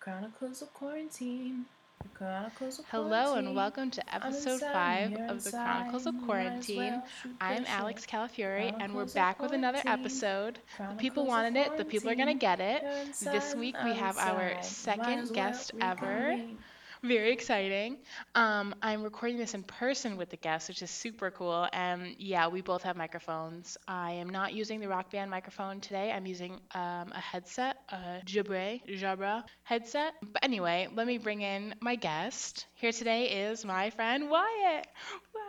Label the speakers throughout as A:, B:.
A: Chronicles of Quarantine. The Chronicles of
B: Hello
A: Quarantine.
B: and welcome to
A: I'm
B: episode
A: inside,
B: five
A: you're
B: of the
A: inside,
B: Chronicles of
A: you might as
B: Quarantine.
A: well shoot
B: I'm
A: the
B: Alex
A: shit.
B: Calafiore, and we're
A: Chronicles of
B: back with another
A: Quarantine.
B: episode. The
A: Chronicles
B: people
A: of
B: wanted it, the people are
A: Quarantine.
B: gonna get it.
A: You're
B: This
A: inside,
B: week we
A: I'm
B: have our
A: inside. Might as
B: second
A: well
B: guest ever.
A: reconvene.
B: Very exciting. Um, I'm recording this in person with the guest, which is super cool. And yeah, we both have microphones. I am not using the Rock Band microphone today. I'm using um, a headset, a Jabra, Jabra headset. But anyway, let me bring in my guest. Here today is my friend Wyatt. Wah.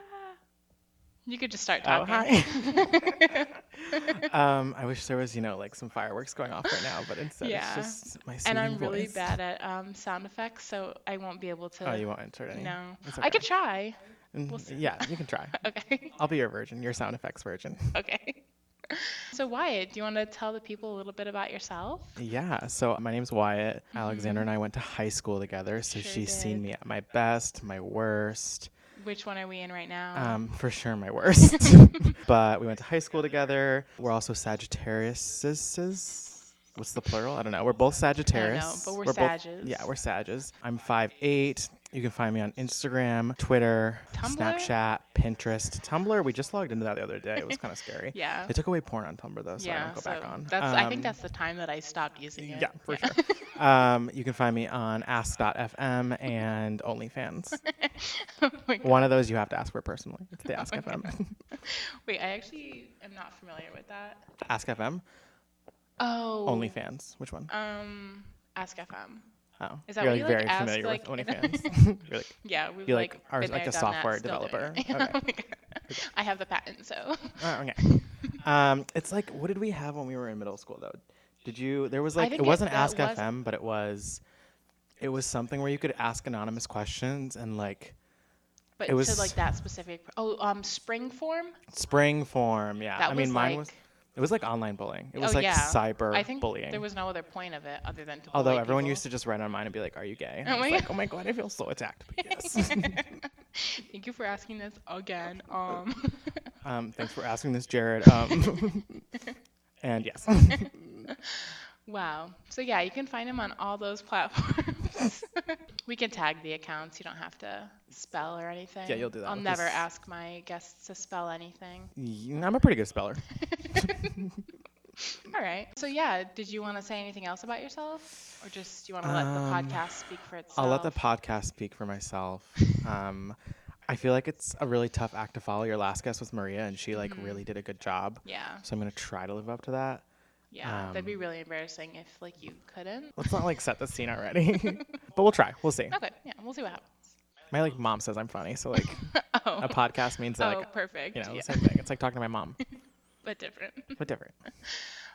B: You could just start
C: Oh,
B: talking.
C: hi. um, I wish there was, you know, like some fireworks going off right now, but instead
B: Yeah.
C: it's just my
B: and
C: singing
B: I'm really
C: voice.
B: bad at um, sound effects, so I won't be able to.
C: Oh, you won't enter it any?
B: No.
C: It's
B: I
C: okay.
B: could try.
C: Mm,
B: we'll see.
C: yeah, you can try.
B: Okay.
C: I'll be your virgin, your sound effects virgin.
B: Okay. So Wyatt, do you want to tell the people a little bit about yourself?
C: Yeah, so my name's Wyatt. Alexander and I went to high school together, so
B: Mm-hmm. Sure
C: she's
B: did.
C: seen me at my best, my worst.
B: Which one are we in right now?
C: Um, for sure, my worst. but we went to high school together. We're also Sagittariuses. What's the plural? I don't know. We're both Sagittarius.
B: but we're
C: Sagittarius.
B: Sages.
C: yeah, we're Sages. I'm 5'8". You can find me on Instagram, Twitter,
B: Tumblr?
C: Snapchat, Pinterest, Tumblr. We just logged into that the other day. It was kind of scary.
B: Yeah.
C: They took away porn on Tumblr though, so I don't go back
B: so
C: on.
B: That's I think
C: Um,
B: that's the time that I stopped using it.
C: yeah, for sure. um, you can find me on ask.fm and OnlyFans.
B: Oh my God.
C: One of those you have to ask for personally. It's the Ask FM.
B: Wait, I actually am not familiar with that.
C: ask FM.
B: Oh.
C: OnlyFans. Which one?
B: Um, Ask FM.
C: Oh,
B: Is that
C: you're
B: what
C: like
B: you, like,
C: very
B: ask,
C: familiar
B: like,
C: with
B: in a-
C: OnlyFans. you're like,
B: Yeah, we
C: You, like, are,
B: been
C: like,
B: there,
C: a
B: done
C: software
B: still doing
C: developer?
B: it.
C: Okay.
B: Oh my God. I have the patent, so
C: oh, okay. Um, it's like what did we have when we were in middle school though? Did you? There was like
B: think
C: it
B: it-
C: wasn't
B: that
C: Ask
B: was-
C: FM, but it was, it was something where you could ask anonymous questions and like
B: but
C: It was-
B: to like that specific. Oh, um, Springform.
C: spring form. Yeah,
B: That
C: I mean
B: was,
C: mine
B: like-
C: was. It was like online bullying. It was
B: oh
C: like
B: yeah.
C: cyber
B: I think
C: bullying.
B: There was no other point of it other than to.
C: Although
B: bully
C: everyone
B: people.
C: used to just write on mine and be like, "Are you gay?" And
B: Oh
C: I was
B: my
C: like, "Oh my god, I feel so attacked." But yes.
B: Thank you for asking this again. Um,
C: um, thanks for asking this, Jared. Um, and yes.
B: wow. So yeah, you can find him on all those platforms. we can tag the accounts. You don't have to spell or anything.
C: Yeah, you'll do that
B: I'll
C: with
B: never
C: this.
B: ask my guests to spell anything.
C: Y- I'm a pretty good speller.
B: All right. So yeah, did you want to say anything else about yourself, or just do you want to let
C: Um,
B: the podcast speak for itself?
C: I'll let the podcast speak for myself. Um, I feel like it's a really tough act to follow. Your last guest was Maria, and she like really did a good job.
B: Mm-hmm. Yeah.
C: So I'm gonna try to live up to that.
B: Yeah, that'd be
C: Um,
B: really embarrassing if like you couldn't.
C: Let's not like set the scene already, but we'll try. We'll see.
B: Okay, yeah, we'll see what happens.
C: My like mom says I'm funny, so like
B: Oh,
C: a podcast means that,
B: oh,
C: like
B: perfect.
C: you know
B: yeah,
C: the same thing. It's like talking to my mom,
B: but different.
C: but different.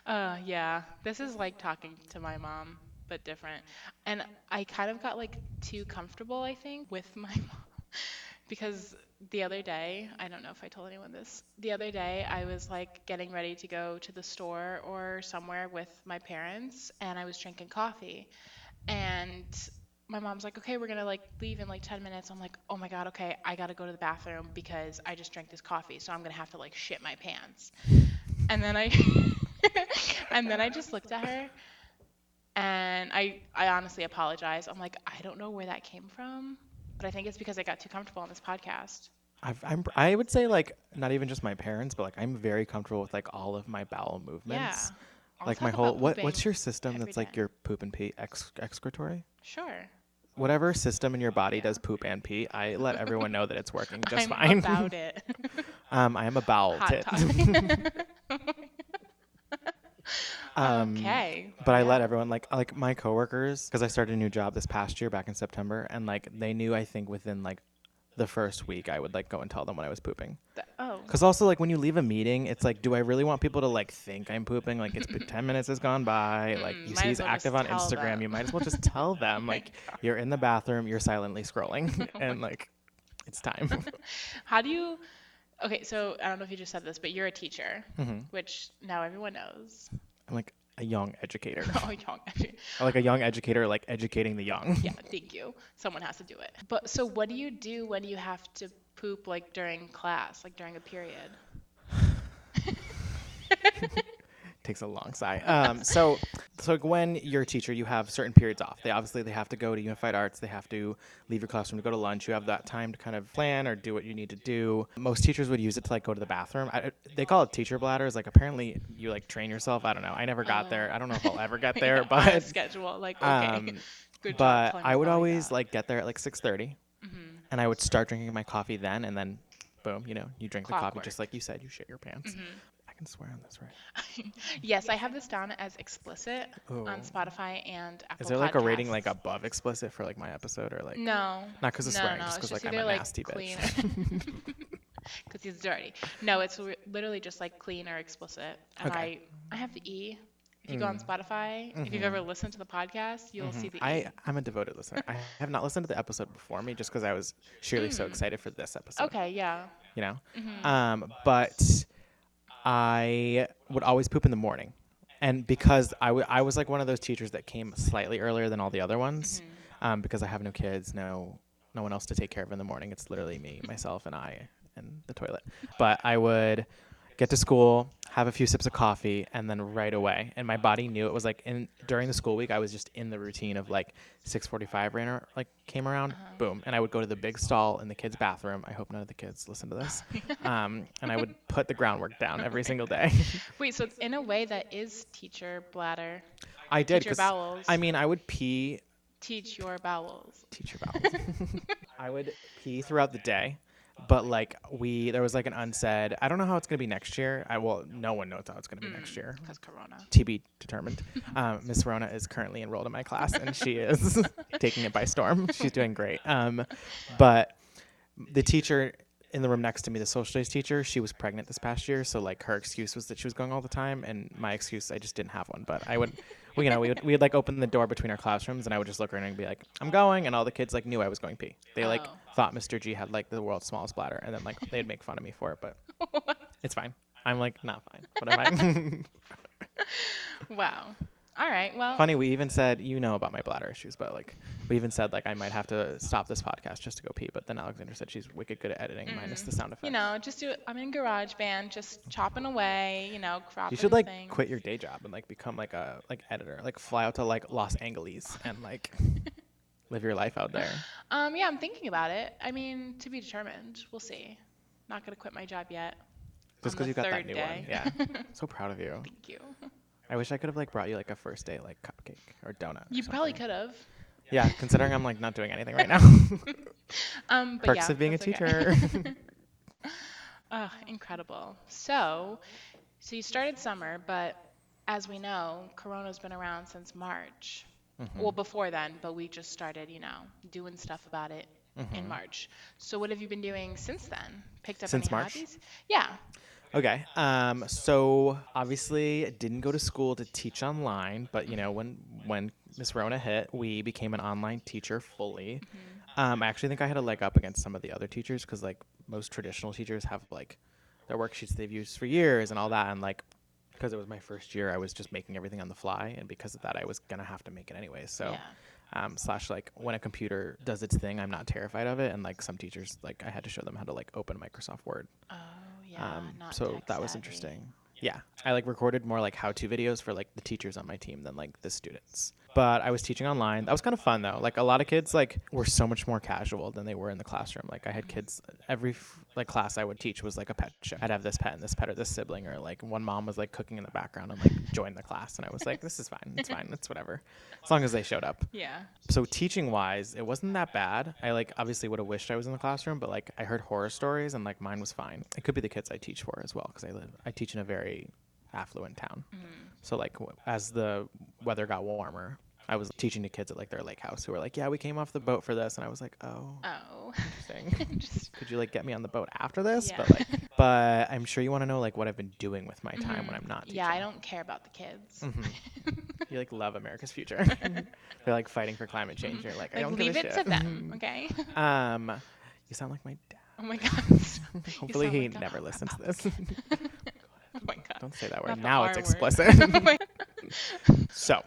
B: Uh, yeah, this is like talking to my mom, but different. And I kind of got like too comfortable, I think, with my mom because the other day, I don't know if I told anyone this. The other day, I was like getting ready to go to the store or somewhere with my parents, and I was drinking coffee, and my mom's like, okay, we're gonna like leave in like 10 minutes. I'm like, oh my god, okay, I gotta go to the bathroom because I just drank this coffee, so I'm gonna have to like shit my pants. And then I, and then I just looked at her, and I, I honestly apologize. I'm like, I don't know where that came from, but I think it's because I got too comfortable on this podcast.
C: I've, I'm I would say like not even just my parents, but like I'm very comfortable with like all of my bowel movements.
B: Yeah. I'll
C: like my
B: talk
C: whole
B: about
C: what
B: pooping.
C: what's your system
B: every
C: that's like
B: day.
C: your poop and pee ex- excretory?
B: Sure.
C: whatever system in your body does poop and pee, I let everyone know that it's working
B: I'm
C: just fine.
B: about it.
C: um, I am a bowel
B: Hot
C: tit.
B: topic.
C: um,
B: okay.
C: But I
B: Yeah.
C: let everyone like like my coworkers because I started a new job this past year back in September, and like they knew I think within like the first week I would like go and tell them when I was pooping.
B: Th- Oh.
C: Because also like when you leave a meeting, it's like, do I really want people to like think I'm pooping? Like it's been ten minutes has gone by. Like
B: Mm,
C: you
B: might
C: see
B: as
C: he's
B: well just
C: active on
B: tell
C: Instagram,
B: them.
C: you might as well just tell them like you're in the bathroom, you're silently scrolling, and like it's time.
B: How do you? Okay, so I don't know if you just said this, but you're a teacher,
C: Mm-hmm.
B: which now everyone knows.
C: I'm like a young educator.
B: Oh, young. actually.
C: I like a young educator, like educating the young.
B: Yeah, thank you. Someone has to do it. But so, what do you do when you have to poop like during class, like during a period?
C: takes a long sigh. Um, so, so Gwen, your teacher, you have certain periods off. They obviously they have to go to Unified Arts. They have to leave your classroom to go to lunch. You have that time to kind of plan or do what you need to do. Most teachers would use it to like go to the bathroom. I, they call it teacher bladders. Like apparently you like train yourself. I don't know. I never got there. I don't know if I'll ever get there,
B: Yeah, on a
C: but
B: schedule like okay.
C: um,
B: Good job
C: but
B: telling
C: I
B: your
C: would
B: body
C: always
B: that.
C: like get there at like 6:30,
B: Mm-hmm.
C: and I would start drinking my coffee then, and then, boom, you know, you drink the coffee just like you said, you shit your pants.
B: Mm-hmm.
C: I can swear on this, right?
B: yes, I have this down as explicit on
C: Oh.
B: Spotify and Apple.
C: Is there like a rating
B: Podcasts.
C: like above explicit for like my episode or like?
B: No.
C: Not 'cause of
B: no,
C: swearing,
B: no,
C: just
B: it's
C: 'cause, like, I'm
B: either,
C: a nasty bitch.
B: Because he's dirty. No, it's re- literally just like clean or explicit. And
C: Okay. Mm.
B: I, I have the E. If you go on Spotify, if you've ever listened to the podcast, you'll see the E.
C: Mm-hmm. I I'm a devoted listener. I have not listened to the episode before me just because I was surely so excited for this episode.
B: okay, yeah.
C: You know, um, but I would always poop in the morning, and because I wa- I was like one of those teachers that came slightly earlier than all the other ones, um, because I have no kids, no no one else to take care of in the morning. It's literally me, myself, and I, and the toilet. But I would get to school, have a few sips of coffee, and then right away. And my body knew it was like in during the school week. I was just in the routine of like 6:45 ran or, like came around,
B: Uh-huh.
C: boom, and I would go to the big stall in the kids' bathroom. I hope none of the kids listen to this. um, and I would put the groundwork down every single day.
B: Wait, so in a way that is teacher bladder.
C: I did
B: Teach your
C: 'cause-
B: bowels.
C: I mean I would pee
B: Teach your bowels.
C: teacher bowels. I would pee throughout the day, but like we there was like an unsaid. I don't know how it's gonna be next year. I well, no one knows how it's gonna be next year.
B: Because Corona.
C: To be determined. Um, Miss Rona is currently enrolled in my class, and she is taking it by storm. She's doing great. Um, but the teacher in the room next to me, the social studies teacher, she was pregnant this past year, so like her excuse was that she was going all the time, and my excuse, I just didn't have one. But I would, well, you know, we would we'd like open the door between our classrooms, and I would just look around and be like, "I'm going," and all the kids like knew I was going pee. They like
B: Oh.
C: thought Mr. G had like the world's smallest bladder, and then like they'd make fun of me for it, but it's fine. I'm like not fine. What am I?
B: Wow. All right. Well,
C: Funny, we even said you know about my bladder issues, but like we even said like I might have to stop this podcast just to go pee. But then Alexander said she's wicked good at editing, minus the sound effects.
B: Mm, you know, just do I'm in GarageBand, just chopping away, you know, cropping
C: you should like
B: things.
C: quit your day job and like become like a like editor, like fly out to like Los Angeles and like live your life out there.
B: Um, yeah, I'm thinking about it. I mean, to be determined. We'll see. Not gonna quit my job yet.
C: Just
B: On
C: because
B: the
C: you got that
B: third
C: new
B: day.
C: one, yeah. so proud of you.
B: Thank you.
C: I wish I could have like brought you like a first day like cupcake or donut. or
B: You probably
C: something.
B: could have.
C: Yeah, considering I'm like not doing anything right now.
B: Um, but
C: Perks
B: yeah,
C: of being a
B: that's okay.
C: teacher.
B: Ugh, incredible. So, so you started summer, but as we know, Corona's been around since March.
C: Mm-hmm.
B: Well, before then, but we just started, you know, doing stuff about it
C: Mm-hmm.
B: in March. So, what have you been doing since then? Picked up
C: Since
B: any
C: March?
B: hobbies? Yeah.
C: Okay. Um, so obviously didn't go to school to teach online, but you know when when Miss Rona hit, we became an online teacher fully. Um, I actually think I had a leg up against some of the other teachers because like most traditional teachers have like their worksheets they've used for years and all that, and like because it was my first year, I was just making everything on the fly, and because of that, I was gonna have to make it anyway. So
B: Yeah.
C: um, slash like when a computer does its thing, I'm not terrified of it, and like some teachers like I had to show them how to like open Microsoft Word
B: Oh, yeah.
C: um,
B: not
C: so
B: tech
C: that was
B: savvy.
C: interesting yeah i like recorded more like how-to videos for like the teachers on my team than like the students but i was teaching online that was kind of fun though like a lot of kids like were so much more casual than they were in the classroom like i had
B: Mm-hmm.
C: kids every f- like class i would teach was like a pet show i'd have this pet and this pet or this sibling or like one mom was like cooking in the background and like joined the class and i was like this is fine it's fine it's whatever as long as they showed up
B: Yeah.
C: so teaching wise it wasn't that bad i like obviously would have wished i was in the classroom but like i heard horror stories and like mine was fine it could be the kids i teach for as well because i live i teach in a very affluent town
B: Mm-hmm.
C: so like w- as the weather got warmer i was teaching to kids at like their lake house who were like yeah we came off the boat for this and i was like oh
B: Oh.
C: interesting
B: Just
C: could you like get me on the boat after this
B: Yeah.
C: but like but i'm sure you want to know like what i've been doing with my time when i'm not Mm-hmm. teaching
B: Mm-hmm. yeah, I don't care about the kids.
C: you like love america's future they're like fighting for climate change and you're like, i
B: Like
C: don't
B: leave
C: give a
B: it
C: shit. Mm-hmm.
B: to them, okay?
C: Um, you sound like my dad.
B: Oh my god. stop. You
C: Hopefully,
B: sound
C: he
B: like a-
C: never listens to this.
B: Oh my god.
C: Don't say that
B: Not
C: word.
B: the
C: Now
B: R
C: it's
B: word.
C: explicit.
B: Oh my-
C: so,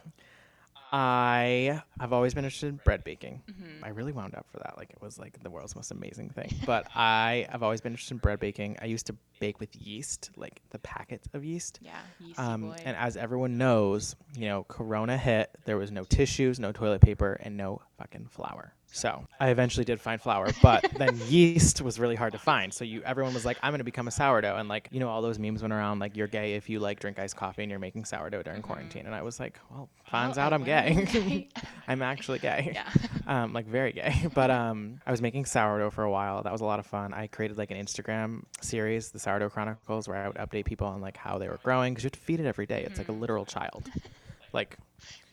C: I have always been interested in bread baking.
B: Mm-hmm.
C: I really wound up for that. Like it was like the world's most amazing thing. But I have always been interested in bread baking. I used to bake with yeast, like the packets of yeast.
B: Yeah, yeasty
C: Um,
B: boy.
C: and as everyone knows, you know, Corona hit. There was no tissues, no toilet paper, and no fucking flour. So I eventually did find flour, but then yeast was really hard to find. So you, everyone was like, "I'm gonna become a sourdough," and like, you know, all those memes went around like, "You're gay if you like drink iced coffee and you're making sourdough during quarantine." And I was like, "Well, finds
B: Mm-hmm. I
C: out I'm
B: learned I'm
C: gay.
B: gay.
C: I'm actually gay."
B: yeah.
C: um, like very gay. But um, I was making sourdough for a while. That was a lot of fun. I created like an Instagram series, the Sourdough Chronicles, where I would update people on like how they were growing because you have to feed it every day. It's like a literal child, like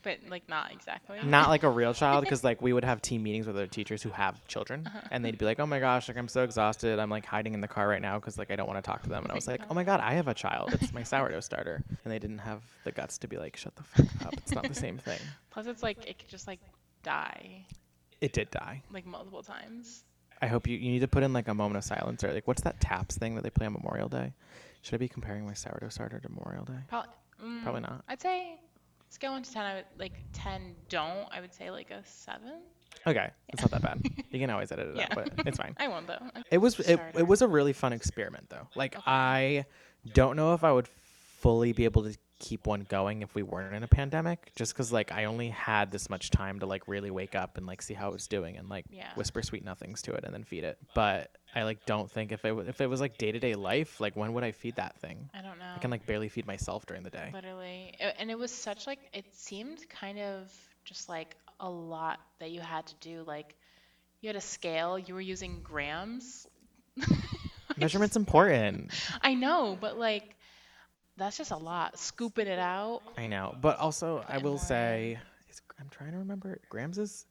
B: But like not exactly.
C: not like a real child because like we would have team meetings with other teachers who have children and they'd be like oh my gosh like i'm so exhausted i'm like hiding in the car right now because like i don't want to talk to them and i was like oh my god i have a child it's my sourdough starter and they didn't have the guts to be like shut the fuck up it's not the same thing
B: Plus, it's like it could just like die
C: it did die
B: like multiple times.
C: I hope you, you need to put in like a moment of silence or like what's that taps thing that they play on Memorial Day? Should I be comparing my sourdough starter to Memorial Day?
B: Probably, mm,
C: Probably not.
B: I'd say scale one to ten. I would like ten. Don't. I would say like a seven.
C: Okay, it's not that bad. You can always edit it
B: Yeah.
C: out, but it's fine.
B: I won't though.
C: It was it,
B: Starter.
C: it was a really fun experiment though. Like I don't know if I would fully be able to keep one going if we weren't in a pandemic just cuz like I only had this much time to like really wake up and like see how it was doing and like
B: Yeah.
C: whisper sweet nothings to it and then feed it. But I like don't think if it wa- if it was like day-to-day life, like when would I feed that thing?
B: I don't know.
C: I can like barely feed myself during the day.
B: Literally. A- And it was such like it seemed kind of just like a lot that you had to do. Like you had a scale. You were using grams.
C: Measurement's important.
B: I know, but like that's just a lot. Scooping it out.
C: I know, but also I
B: in
C: will
B: more.
C: say, is, I'm trying to remember. Grams is,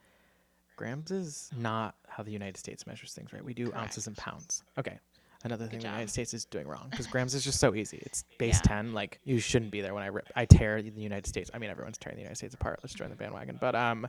C: grams is not how the United States measures things, right? We do ounces and pounds. Okay. Another thing the
B: job.
C: United States is doing wrong because grams is just so easy. It's base
B: Yeah.
C: ten. Like you shouldn't be there when I rip. I tear the United States. I mean, everyone's tearing the United States apart. Let's join the bandwagon. But um,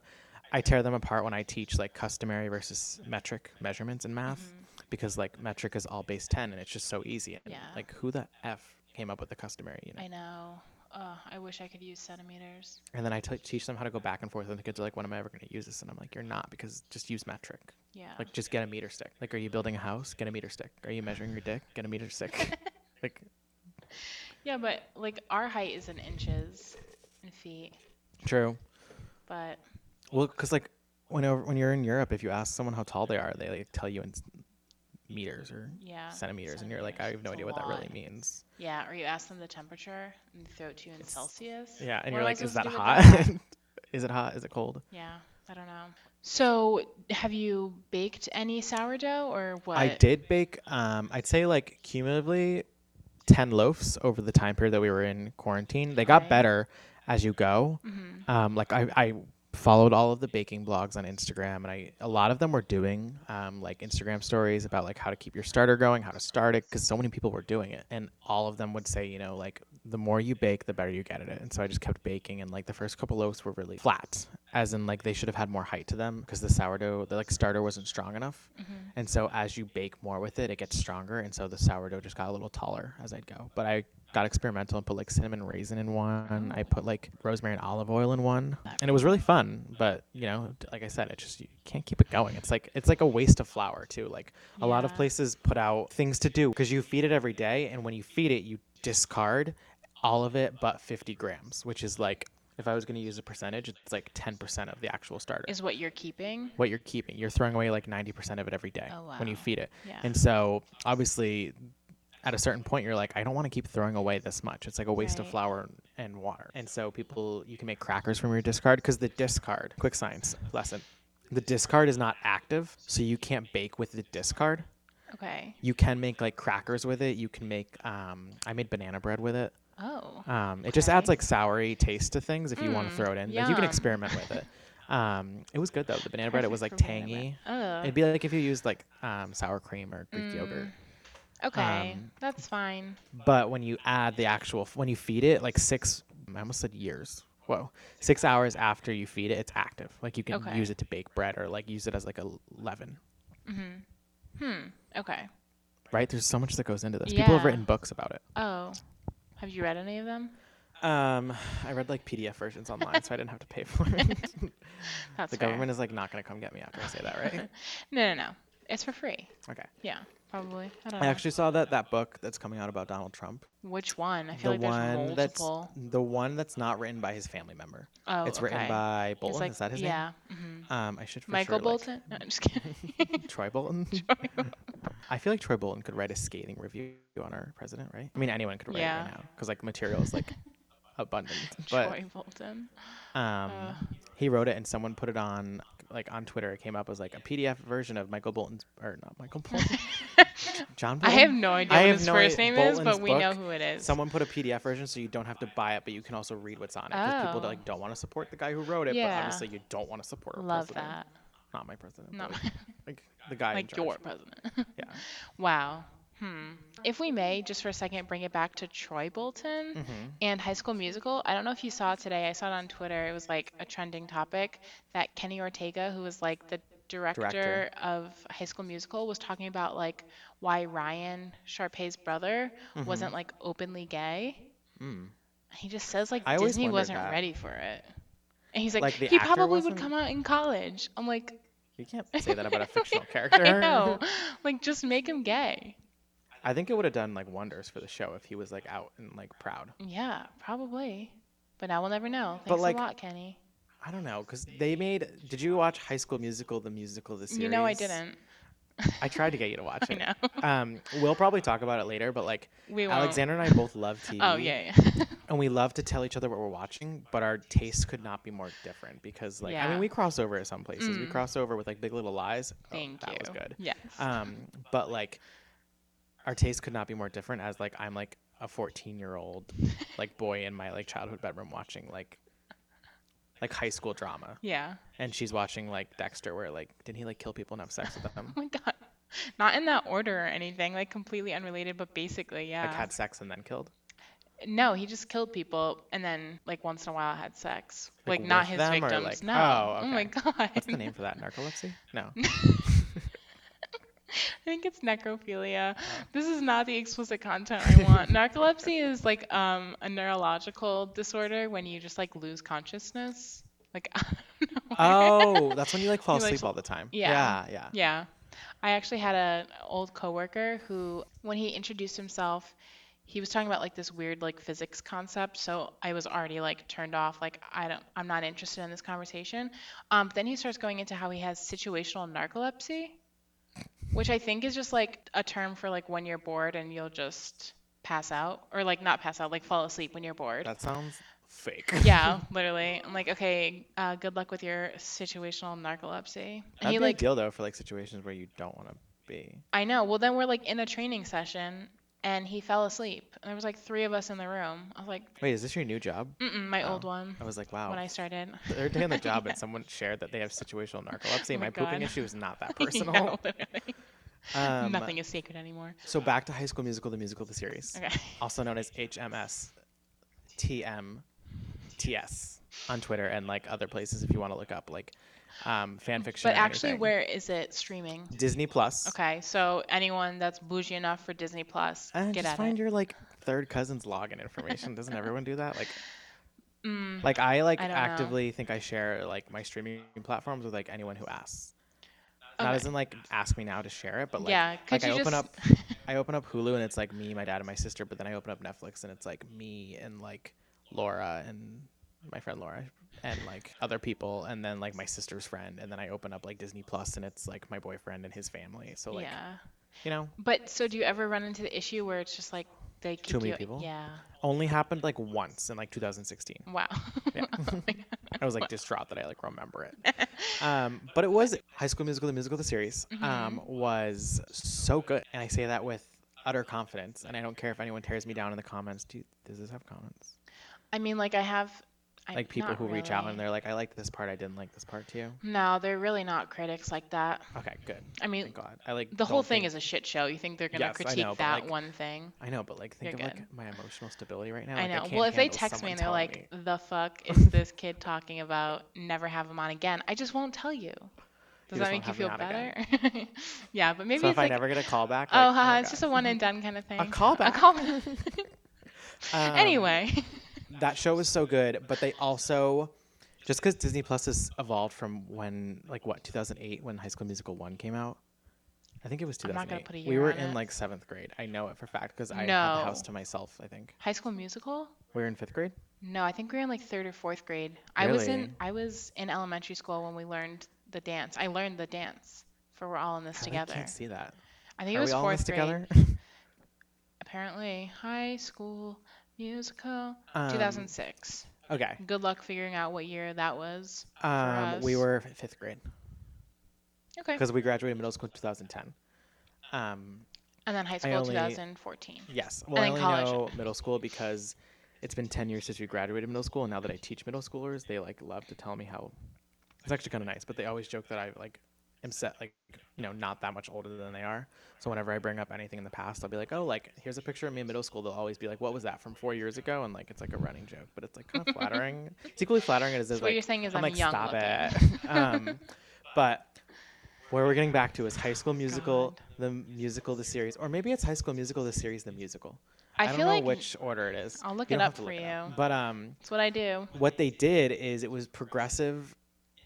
C: I tear them apart when I teach like customary versus metric measurements
B: Mm-hmm.
C: in math because like metric is all base ten and it's just so easy. And,
B: Yeah.
C: Like who the f came up with the customary? You know?
B: I know. Uh, I wish I could use centimeters.
C: And then I t- teach them how to go back and forth, and the kids are like, "When am I ever going to use this?" And I'm like, "You're not, because just use metric.
B: Yeah.
C: Like, just get a meter stick. Like, are you building a house? Get a meter stick. Are you measuring your dick? Get a meter stick. like,
B: yeah, but like our height is in inches and feet,
C: true.
B: but
C: Well, because like, whenever when you're in Europe, if you ask someone how tall they are, they like tell you in s- meters or
B: Yeah,
C: centimeters, and you're like, "I
B: centimeters.
C: have
B: It's
C: no
B: a
C: idea what that really
B: lot.
C: means."
B: yeah. Or you ask them the temperature and they throw it to you in Celsius.
C: Yeah,
B: What
C: and you're
B: am I
C: like, "Is that
B: supposed to do
C: hot?
B: with that?"
C: Is it hot? Is it cold?"
B: yeah, I don't know. So, have you baked any sourdough or what?
C: I did bake. Um, I'd say like cumulatively, ten loaves over the time period that we were in quarantine. They got
B: Okay.
C: better as you go. Um, like I, I followed all of the baking blogs on Instagram, and I a lot of them were doing um, like Instagram stories about like how to keep your starter going, how to start it, because so many people were doing it, and all of them would say, you know, like the more you bake, the better you get at it. And so I just kept baking, and like the first couple loaves were really flat, as in like they should have had more height to them, because the sourdough, the like starter wasn't strong enough. And so as you bake more with it, it gets stronger, and so the sourdough just got a little taller as I'd go. But I got experimental and put like cinnamon raisin in one. I put like rosemary and olive oil in one, and it was really fun. But you know, d- like I said, it just you can't keep it going. It's like it's like a waste of flour too. Like a lot of
B: Yeah.
C: places put out things to do because you feed it every day, and when you feed it, you discard all of it but 50 grams, which is like if I was going to use a percentage, it's like 10% of the actual starter
B: Is what you're keeping?
C: what you're keeping. You're throwing away like 90% of it every day
B: Oh,
C: when you
B: wow.
C: feed it.
B: Yeah.
C: And so obviously at a certain point you're like I don't want to keep throwing away this much. It's like a waste of
B: Right.
C: flour and water. And so people you can make crackers from your discard cuz the discard, quick science lesson. The discard is not active, so you can't bake with the discard.
B: Okay.
C: You can make like crackers with it. You can make um I made banana bread with it.
B: Oh.
C: Um, it just adds
B: Okay.
C: like soury taste to things if you want to
B: Mm,
C: throw it in. Like, you can
B: yum.
C: experiment with it. Um, it was good though. The banana bread, it was like
B: Perfect for banana bread.
C: tangy.
B: Ugh.
C: It'd be like if you used like um, sour cream or Greek yogurt.
B: okay,
C: um,
B: that's fine.
C: But when you add the actual, when you feed it, like six, I almost said years. Whoa, six hours after you feed it, it's active. Like you can
B: Okay.
C: use it to bake bread or like use it as like a leaven.
B: Okay.
C: Right? There's so much that goes into this. People have
B: Yeah.
C: written books about it.
B: Oh, have you read any of them?
C: Um, I read like PDF versions online, so I didn't have to pay for it.
B: That's
C: the
B: fair.
C: government is like not gonna come get me after I say that, right?
B: No, no, no. It's for free.
C: Okay.
B: Yeah, probably. I don't
C: I
B: know.
C: actually saw that that book that's coming out about Donald Trump.
B: Which one? I
C: The
B: feel like there's
C: one that's
B: multiple.
C: the one that's not written by his family member.
B: Oh,
C: it's written
B: okay.
C: by
B: It's
C: Bolton.
B: like-
C: is that his
B: yeah. mhm.
C: name? Um, I should for
B: Michael
C: sure, like,
B: Bolton? No, I'm just kidding.
C: Troy Bolton. I feel like Troy Bolton could write a scathing review on our president, right? I mean, anyone could write it
B: Yeah.
C: right now because like material is like abundant. But
B: Troy Bolton.
C: um, he wrote it and someone put it on like on Twitter. It came up as like a PDF version of Michael Bolton's or not Michael Bolton, John.
B: I
C: Bolton?
B: have no idea
C: I
B: what
C: have
B: his
C: no
B: first
C: idea-
B: name is,
C: Bolton's
B: but we know
C: book,
B: who it is.
C: Someone put a PDF version so you don't have to buy it, but you can also read what's on it. Because people
B: Oh.
C: like don't want to support the guy who wrote it,
B: Yeah.
C: but obviously you don't want to support our
B: Love
C: president.
B: that.
C: Not my president.
B: Not
C: but,
B: my-
C: like the guy. in
B: like
C: charge.
B: your president.
C: Yeah.
B: wow. Hmm. If we may, just for a second, bring it back to Troy Bolton
C: Mm-hmm.
B: and High School Musical. I don't know if you saw it today. I saw it on Twitter. It was like a trending topic that Kenny Ortega, who was like the director,
C: Director.
B: of High School Musical, was talking about like why Ryan Sharpay's brother
C: Mm-hmm.
B: wasn't like openly gay. He just says like
C: Hmm. I always
B: Disney
C: wondered
B: wasn't
C: that.
B: ready for it. And he's like,
C: Like, the
B: he
C: actor
B: probably would
C: wasn't-
B: come out in college. I'm like,
C: You can't say that about a fictional character.
B: I know. Like, just make him gay.
C: I think it would have done like wonders for the show if he was like out and like proud.
B: Yeah, probably. But now we'll never know. Thanks
C: But, like,
B: a lot, Kenny.
C: I don't know because they made. Did you watch High School Musical the musical this year?
B: You know I didn't.
C: I tried to get you to watch
B: I
C: it.
B: know.
C: Um, we'll probably talk about it later, but like
B: We won't.
C: Alexander and I both love TV.
B: Oh yeah, yeah.
C: and we love to tell each other what we're watching, but our tastes could not be more different because, like, I
B: Yeah. Mm.
C: mean, we cross over at some places. We cross over with like Big Little Lies. Oh,
B: Thank
C: that
B: you.
C: was good.
B: Yes.
C: Um, but like, our tastes could not be more different. As like, I'm like a 14 year old like boy in my like childhood bedroom watching like like high school drama,
B: yeah.
C: and she's watching like Dexter, where like didn't he like kill people and have sex with them?
B: Oh my god. Not in that order or anything. Like completely unrelated, but basically, yeah.
C: Like had sex and then killed.
B: No, he just killed people and then like once in a while had sex.
C: Like,
B: Like, not
C: with
B: his
C: them or,
B: victims.
C: like-
B: no.
C: oh,
B: my
C: okay.
B: god.
C: What's the name for that? Narcolepsy? No.
B: I think it's necrophilia. This is not the explicit content I want. Narcolepsy is like um, a neurological disorder when you just like lose consciousness. Like, I don't know.
C: Oh, that's when you like fall
B: You, like,
C: asleep
B: fall-
C: all the time.
B: Yeah.
C: Yeah. Yeah.
B: Yeah. I actually had an old coworker who, when he introduced himself, he was talking about like this weird like physics concept. So I was already like turned off. Like I don't, I'm not interested in this conversation. Um, but then he starts going into how he has situational narcolepsy, which I think is just like a term for like when you're bored and you'll just pass out or like not pass out, like fall asleep when you're bored.
C: That sounds fake.
B: yeah, literally. I'm like, okay, uh, good luck with your situational narcolepsy. And
C: That'd
B: he
C: be
B: like
C: ideal though for like situations where you don't want to be.
B: I know. Well, then we're like in a training session, and he fell asleep. And there was like three of us in the room. I was like,
C: Wait, is this your new job?
B: Mm-mm, my old
C: Oh.
B: one
C: I was like, wow.
B: Mm. when I started.
C: Third day on the job,
B: Yeah.
C: and someone shared that they have situational narcolepsy.
B: Oh
C: my
B: my
C: pooping
B: God.
C: issue is not that
B: Yeah,
C: personal.
B: literally.
C: Um,
B: Nothing is sacred anymore.
C: So back to High School Musical, the musical, the series,
B: Okay.
C: also known as HMS, TM, TS on Twitter and like other places if you want to look up like um, fan fiction.
B: But
C: or
B: actually,
C: anything.
B: where is it streaming?
C: Disney Plus.
B: Okay, so anyone that's bougie enough for Disney Plus,
C: Uh,
B: get
C: just
B: at
C: find
B: it.
C: your like third cousin's login information. Doesn't everyone do that? Like, like I like
B: Mm, I don't know.
C: actively think I share like my streaming platforms with like anyone who asks. Not
B: Okay.
C: as in like ask me now to share it, but like,
B: Yeah, could
C: like
B: you
C: I open
B: just-
C: up I open up Hulu and it's like me, my dad, and my sister. But then I open up Netflix and it's like me and like Laura and my friend Laura and like other people, and then like my sister's friend. And then I open up like Disney Plus and it's like my boyfriend and his family. So like
B: yeah.
C: you know,
B: But so, do you ever run into the issue where it's just like they keep
C: Too many
B: you-
C: people?
B: Yeah.
C: only happened like once in like 2016.
B: Wow.
C: Yeah. I was like distraught that I like remember it. Um, but it was High School Musical, the musical, the series um,
B: Mm-hmm.
C: was so good, and I say that with utter confidence. And I don't care if anyone tears me down in the comments. Do you, does this have comments?
B: I mean, like I have. I-
C: Like people
B: not
C: who reach out
B: really.
C: and they're like, "I like this part. I didn't like this part too."
B: No, they're really not critics like that.
C: Okay, good.
B: I mean,
C: Thank God. I like
B: The whole
C: don't
B: thing
C: think-
B: is a shit show. You think they're gonna
C: Yes, I
B: critique
C: know, but,
B: that
C: like,
B: one thing?
C: I know, but like, think
B: You're
C: of like
B: good.
C: my emotional stability right now.
B: I
C: Like,
B: know.
C: can't
B: well, if they
C: handle
B: text me
C: someone
B: and they're
C: telling
B: like,
C: me.
B: "The fuck is this kid talking about? Never have him on again." I just won't tell you. Does
C: just
B: that make you
C: won't have me
B: feel
C: on
B: better?
C: again.
B: yeah, but maybe
C: so
B: it's
C: if
B: like,
C: I never get a call back,
B: "Oh,
C: like,
B: haha,
C: my
B: it's just
C: God.
B: a one and done kind of thing."
C: callback.
B: A callback.
C: Um,
B: anyway,
C: that show was so good, but they also just because Disney Plus has evolved from when like what 2008 when High School Musical one came out. I think it was
B: I'm
C: 2008.
B: not gonna put a
C: we
B: year
C: were
B: on
C: in
B: it.
C: like seventh grade. I know it for a fact because I had
B: No.
C: the house to myself. I think
B: High School Musical?
C: we were in fifth grade.
B: No, I think we were in like third or fourth grade. I was
C: Really?
B: in I was in elementary school when we learned the dance. I learned the dance for We're All in This
C: I
B: Together.
C: can't see that.
B: I think it
C: Are
B: was
C: we all in this
B: fourth grade.
C: together?
B: Apparently, High School Musical,
C: Um,
B: 2006.
C: okay.
B: Good luck figuring out what year that was.
C: Um, we
B: us.
C: were f- fifth grade
B: Okay.
C: because we graduated middle school in 2010. Um,
B: And then high school,
C: only-
B: 2014.
C: yes. Well, I
B: then
C: only
B: college.
C: know middle school because it's been 10 years since we graduated middle school. And now that I teach middle schoolers, they like love to tell me how it's actually kind of nice, but they always joke that I like am set like, you know, not that much older than they are. So whenever I bring up anything in the past, I'll be like, oh, like here's a picture of me in middle school. They'll always be like, what was that from four years ago? And like, it's like a running joke, but it's like kind of flattering. it's equally flattering as it is
B: So what
C: like,
B: you're saying is
C: I'm
B: I'm
C: like,
B: young
C: stop
B: looking."
C: it. um, but where we're getting back to is High School Musical,
B: God.
C: the musical, the series, or maybe it's High School Musical, the series, the musical.
B: I
C: don't
B: feel
C: know
B: like-
C: which order it is.
B: I'll look
C: You
B: it
C: don't have
B: up
C: to look
B: for
C: it up.
B: you.
C: But um,
B: That's what I do.
C: what they did is it was progressive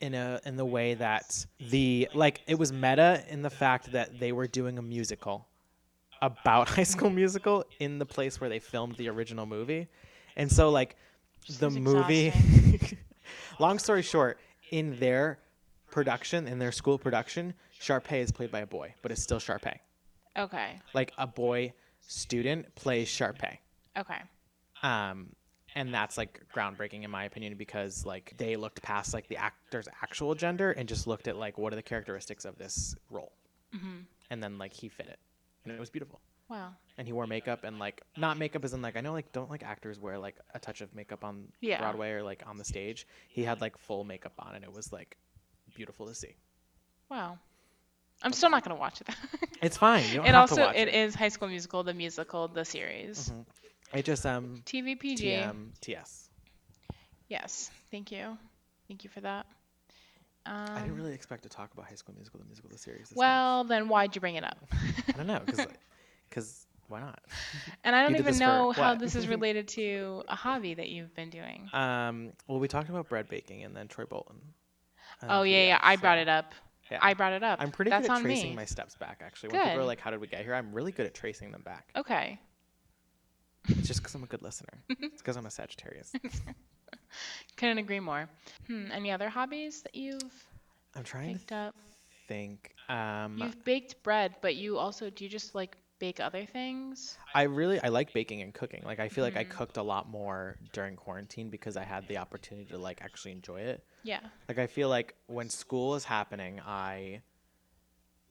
C: in a in the way that the like it was meta in the fact that they were doing a musical about High School Musical in the place where they filmed the original movie, and so like the
B: Sounds
C: movie. long story short, in their production, in their school production, Sharpay is played by a boy, but it's still Sharpay.
B: Okay.
C: Like a boy student plays Sharpay
B: Okay.
C: um and that's like groundbreaking in my opinion because like they looked past like the actor's actual gender and just looked at like what are the characteristics of this role
B: Mm-hmm.
C: and then like he fit it and it was beautiful
B: Wow.
C: and he wore makeup and like not makeup as in like i know like don't like actors wear like a touch of makeup on
B: Yeah.
C: broadway or like on the stage he had like full makeup on and it was like beautiful to see
B: Wow. I'm still not gonna watch it.
C: it's fine you don't
B: it
C: have to
B: also
C: watch Mm-hmm.
B: it is High School Musical, the musical, the series.
C: it just um
B: TVPG.
C: TM, ts
B: Yes. Thank you. Thank you for that. Um,
C: i didn't really expect to talk about high school musical the musical the series this much.
B: well, then why'd you bring it up?
C: I don't know, because why not?
B: and I don't
C: did
B: even
C: this for
B: know how
C: what?
B: this is related to a hobby that you've been doing.
C: Um, well, we talked about bread baking and then Troy Bolton. and
B: oh
C: then
B: yeah,
C: PBS,
B: yeah. I
C: so-
B: brought it up.
C: yeah.
B: I brought it up.
C: I'm pretty
B: That's
C: good at
B: on
C: tracing
B: me.
C: my steps back, actually. When people are
B: Good.
C: like, "How did we get here?" I'm really good at tracing them back.
B: Okay.
C: It's just because I'm a good listener. It's because I'm a Sagittarius.
B: Couldn't agree more. Hmm, any other hobbies that you've
C: I'm trying
B: picked
C: to
B: up?
C: think. Um,
B: You've baked bread, but you also do you just like bake other things?
C: I really I like baking and cooking. Like I feel like I
B: Mm-hmm.
C: cooked a lot more during quarantine because I had the opportunity to like actually enjoy it.
B: Yeah.
C: Like I feel like when school is happening, I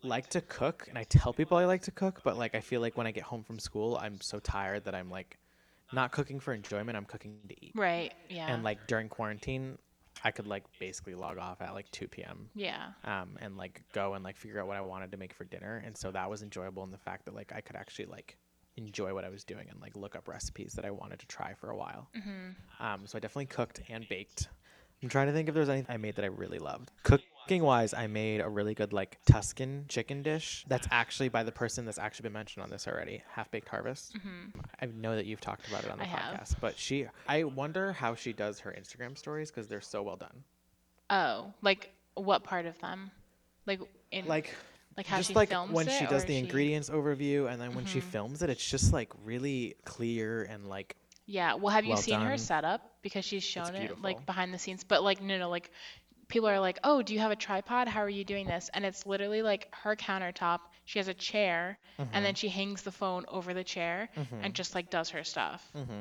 C: like to cook and I tell people I like to cook, but like I feel like when I get home from school, I'm so tired that I'm like not cooking for enjoyment, I'm cooking to eat.
B: Right. Yeah.
C: And like during quarantine, I could like basically log off at like 2 p.m.
B: yeah.
C: Um, and like go and like figure out what I wanted to make for dinner. And so that was enjoyable in the fact that like I could actually like enjoy what I was doing and like look up recipes that I wanted to try for a while.
B: Mm-hmm.
C: Um, so I definitely cooked and baked. I'm trying to think if there's anything I made that I really loved. Cooking wise, I made a really good like Tuscan chicken dish that's actually by the person that's actually been mentioned on this already, Half Baked Harvest. I know that you've talked about it on the
B: Mm-hmm. I have.
C: podcast, but she, I wonder how she does her Instagram stories because they're so well done.
B: Oh, like what part of them? Like in
C: Like,
B: like how
C: just
B: she Mm-hmm.
C: like
B: films
C: when
B: it,
C: she does
B: or
C: the ingredients overview and then when she films it, it's just like really clear and like
B: Yeah. Well, have you
C: well
B: seen her
C: done.
B: setup? Because she's shown it
C: beautiful.
B: like behind the scenes, but like no, no, like people are like, "Oh, do you have a tripod? How are you doing this?" And it's literally like her countertop. She has a chair, and
C: Mm-hmm.
B: then she hangs the phone over the chair and just like does her stuff.
C: Mm-hmm.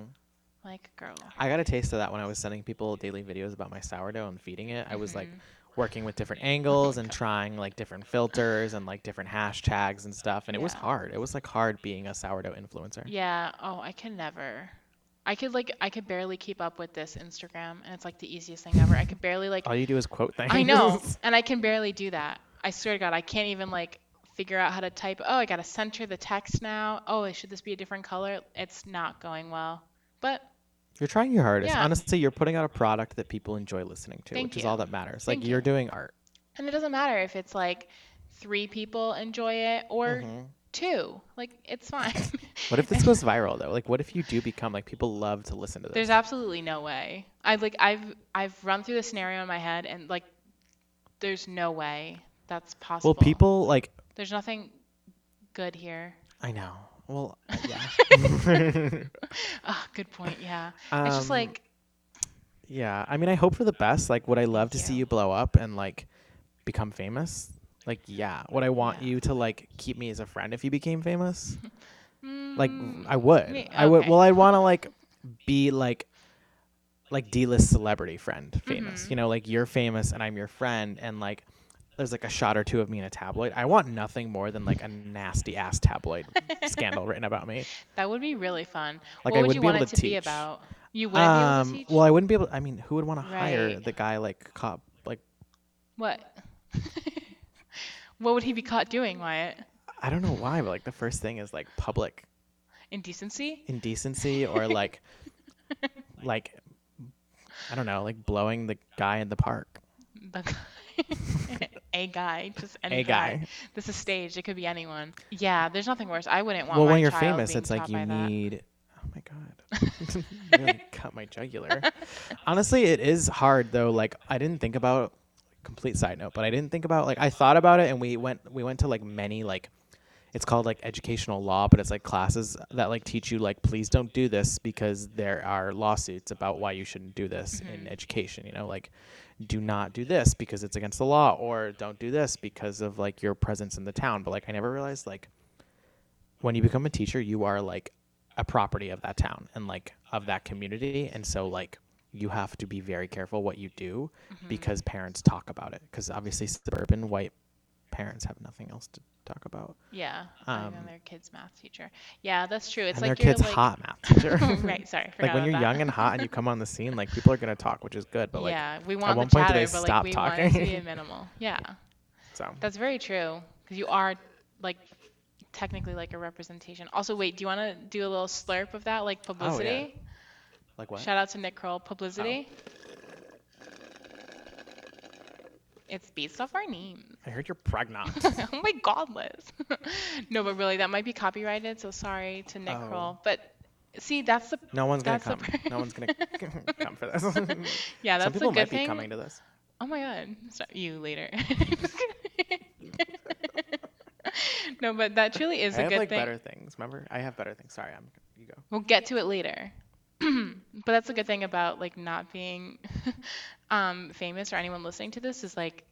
B: Like, girl.
C: I got a taste of that when I was sending people daily videos about my sourdough and feeding it. I was like
B: Mm-hmm.
C: working with different angles and trying like different filters and like different hashtags and stuff. And it was
B: Yeah.
C: hard. It was like hard being a sourdough influencer.
B: Yeah. Oh, I can never. I could like I could barely keep up with this Instagram, and it's like the easiest thing ever. I could barely like
C: All you do is quote things.
B: I know, and I can barely do that. I swear to God, I can't even like figure out how to type. Oh, I gotta center the text now. Oh, should this be a different color? It's not going well. But
C: you're trying your hardest.
B: Yeah.
C: Honestly, you're putting out a product that people enjoy listening to,
B: Thank
C: which is
B: you.
C: all that matters.
B: Thank
C: like you're
B: you.
C: doing art.
B: and it doesn't matter if it's like three people enjoy it or two. Like it's fine.
C: Mm-hmm. What if this goes viral though? Like, what if you do become like people love to listen to this?
B: There's absolutely no way. I like I've I've run through the scenario in my head and like there's no way that's possible.
C: well, people like
B: there's nothing good here.
C: I know. Well, yeah,
B: Ah, good point. Yeah. it's just
C: Um,
B: like
C: yeah. I mean, I hope for the best. Like, would I love to see you blow up and like become famous? Like, yeah. Would I want
B: Yeah.
C: you to like keep me as a friend if you became famous?
B: mm,
C: like, I would.
B: Mm-hmm. me-
C: I would.
B: okay.
C: Well, I'd want to like be like like D-list celebrity friend famous.
B: Mm-hmm.
C: You know, like you're famous and I'm your friend, and like there's like a shot or two of me in a tabloid. I want nothing more than like a nasty ass tabloid scandal written about me.
B: that would be really fun.
C: Like,
B: what
C: I
B: would you
C: wouldn't be
B: want
C: able
B: it
C: to
B: to be
C: teach.
B: about? You wouldn't
C: Um,
B: be able to teach.
C: well, I wouldn't be able. I mean, who would want to hire
B: Right.
C: the guy like cop? Like,
B: what? what would he be caught doing, Wyatt?
C: I don't know why, but like the first thing is like public
B: Indecency?
C: indecency or like, like, I don't know, like blowing the guy in the park.
B: The guy. a guy, just any
C: A guy.
B: This is staged. It could be anyone. Yeah, there's nothing worse. I wouldn't want.
C: well,
B: my
C: when you're
B: child
C: famous,
B: being
C: it's like
B: taught
C: you
B: by that.
C: need. Oh my god, you really cut my jugular. Honestly, it is hard though. Like, I didn't think about. Complete side note, but I didn't think about like I thought about it, and we went we went to like many like. It's called like educational law, but it's like classes that like teach you like please don't do this because there are lawsuits about why you shouldn't do this
B: Mm-hmm.
C: in education. You know, like do not do this because it's against the law, or don't do this because of like your presence in the town. But like I never realized like when you become a teacher, you are like a property of that town and like of that community. And so like you have to be very careful what you do
B: Mm-hmm.
C: because parents talk about it. Because obviously suburban white parents have nothing else to talk about.
B: Yeah, um,
C: um,
B: and their kids' math teacher. Yeah, that's true. It's
C: and
B: like
C: their
B: you're
C: kids
B: like,
C: hot math teacher.
B: right. Sorry.
C: like when you're young and hot and you come on the scene, like people are gonna talk, which is good. But like
B: yeah, we want
C: one
B: the
C: point, do
B: chatter,
C: they
B: but like
C: stop
B: we want it to be
C: talking?
B: minimal. Yeah,
C: so
B: that's very true. Because you are like technically like a representation. Also, wait, do you want to do a little slurp of that,
C: Oh,
B: like publicity?
C: like what?
B: Shout out to Nick Kroll, publicity. It's based off our names.
C: I heard you're pregnant.
B: oh my god, Liz. no, but really, that might be copyrighted, so sorry to Nick
C: Oh.
B: Kroll. But see, that's the
C: No one's gonna
B: That's the
C: come. No one's gonna come for this.
B: yeah,
C: Some
B: that's
C: people
B: the good
C: might be
B: thing.
C: coming to this.
B: Oh my god, Sorry, you later. no, but that truly is
C: I
B: a
C: have
B: good
C: like
B: thing.
C: better things. Remember, I have better things. Sorry, I'm. You go.
B: We'll get to it later. but that's a good thing about like not being um, famous or anyone listening to this is like,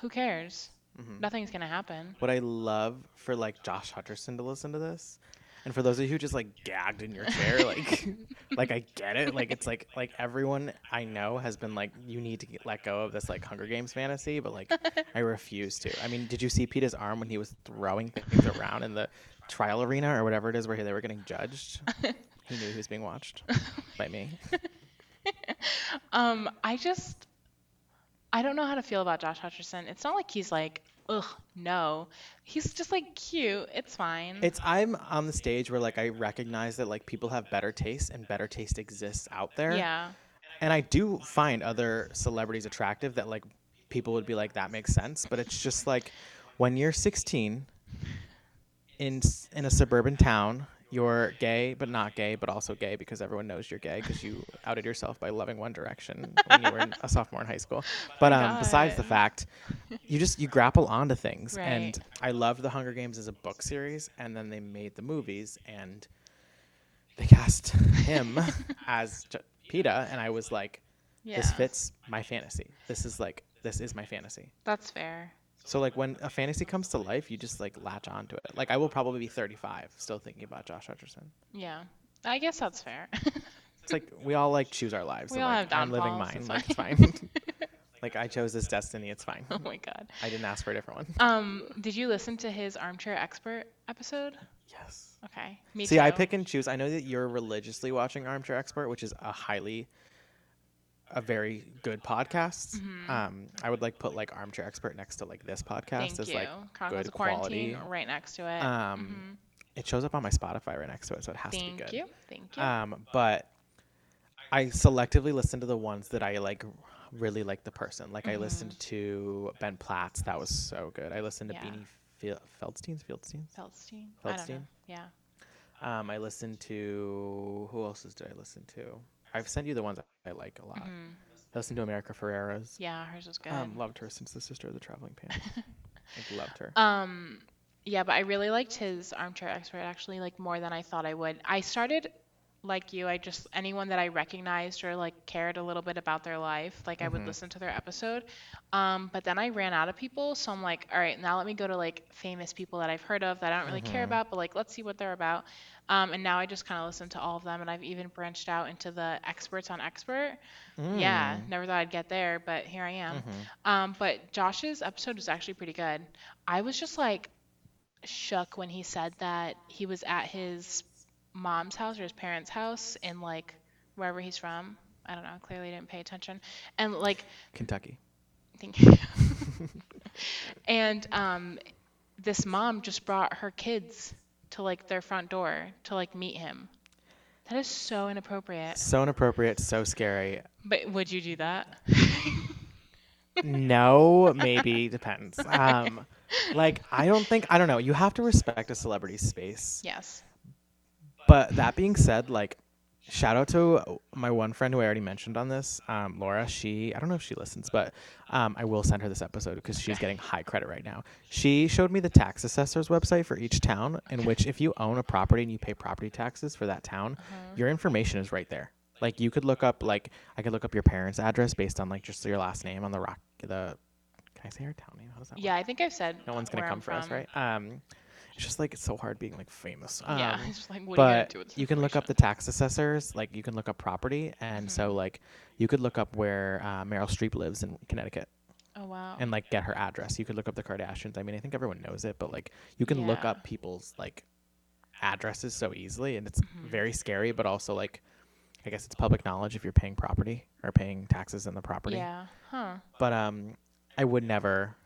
B: who cares?
C: Mm-hmm.
B: Nothing's gonna happen.
C: What I love for like Josh Hutcherson to listen to this, and for those of you who just like gagged in your chair, like, like I get it. Like it's like like everyone I know has been like, you need to get, let go of this like Hunger Games fantasy, but like I refuse to. I mean, did you see Peter's arm when he was throwing things around in the trial arena or whatever it is where they were getting judged? He knew he was being watched by me.
B: Um, I just, I don't know how to feel about Josh Hutcherson. It's not like he's like, ugh, no. He's just like cute. It's fine.
C: It's I'm on the stage where like I recognize that like people have better taste and better taste exists out there.
B: yeah.
C: And I do find other celebrities attractive that like people would be like that makes sense, but it's just like when you're 16 in s- in a suburban town, you're gay but not gay, but also gay because everyone knows you're gay because you outed yourself by loving One Direction when you were in- a sophomore in high school. But um, besides the
B: God.
C: fact, you just you grapple onto things, and
B: Right.
C: I loved The Hunger Games as a book series, and then they made the movies and they cast him as J- PETA, and I was like,
B: Yeah.
C: this fits my fantasy. This is like, this is my fantasy.
B: That's fair.
C: So like when a fantasy comes to life, you just like latch onto it. Like I will probably be 35 still thinking about Josh Hutcherson.
B: Yeah. I guess that's fair.
C: It's like we all like choose our lives.
B: We
C: and,
B: all
C: like,
B: have
C: I'm living
B: downfalls,
C: mine.
B: it's
C: Like it's fine. like I chose this destiny. It's fine.
B: oh my God.
C: I didn't ask for a different one.
B: Um, did you listen to his Armchair Expert episode?
C: Yes.
B: Okay. Me
C: See, I
B: too.
C: pick and choose. I know that you're religiously watching Armchair Expert, which is a highly, a very good podcast.
B: Mm-hmm.
C: Um, I would like put like Armchair Expert next to like this podcast
B: Thank
C: as
B: you.
C: like
B: Chronicles
C: good
B: of Quarantine
C: quality.
B: right next to it.
C: Um, It shows up on my Spotify right next to it, so it has to be
B: Thank
C: good.
B: you. Thank you.
C: Um, but I selectively listen to the ones that I like
B: Mm-hmm.
C: really like the person. Like I listened to Ben Platt's, that was so good. I listened to
B: Yeah.
C: Beanie Fel- Feldsteins, Feldsteins.
B: Feldstein? I don't know.
C: Feldstein?
B: Yeah.
C: Um, I listened to who else did I listen to? I've sent you the ones I like a lot. I listened to America Ferrera's.
B: Yeah, hers was good.
C: Um, loved her since the sister of the traveling pants. I loved her.
B: Um, yeah, but I really liked his Armchair Expert actually, like more than I thought I would. I started like you. I just anyone that I recognized or like cared a little bit about their life, like I would listen to their episode. Um, but then I ran out of people, so I'm like, all right, now let me go to like famous people that I've heard of that I don't really care about, but like let's see what they're about. Um, and now I just kind of listen to all of them, and I've even branched out into the experts on expert. Yeah, never thought I'd get there, but here I am. Um, but Josh's episode was actually pretty good. I was just like shook when he said that he was at his mom's house or his parents' house in like wherever he's from. I don't know. Clearly didn't pay attention. And like
C: Kentucky.
B: Thank you. and um, this mom just brought her kids to like their front door to like meet him. That is so inappropriate.
C: So inappropriate, so scary.
B: But would you do that?
C: no, maybe depends. Um, like I don't think I don't know. You have to respect a celebrity's space.
B: yes.
C: But that being said, like, shout out to my one friend who I already mentioned on this, um, Laura. She, I don't know if she listens, but um, I will send her this episode because she's getting high credit right now. She showed me the tax assessor's website for each town, in which if you own a property and you pay property taxes for that town,
B: Uh-huh.
C: your information is right there. Like you could look up, like I could look up your parents' address based on like just your last name on the rock. The can I say her town name? How does that? work?
B: Yeah, I think I've said.
C: No one's gonna
B: where I'm
C: come for us,
B: from.
C: right? Um, it's just like it's so hard being like famous. Um,
B: Yeah, it's just like, what are you gonna
C: but
B: do with this
C: you can look up the tax assessors. Like you can look up property, and
B: Mm-hmm.
C: so like you could look up where uh, Meryl Streep lives in Connecticut,
B: Oh wow.
C: and like get her address. You could look up the Kardashians. I mean, I think everyone knows it, but like you can look
B: Yeah.
C: up people's like addresses so easily, and it's
B: Mm-hmm.
C: very scary, but also like I guess it's public knowledge if you're paying property or paying taxes on the property
B: yeah. Huh.
C: but um i would never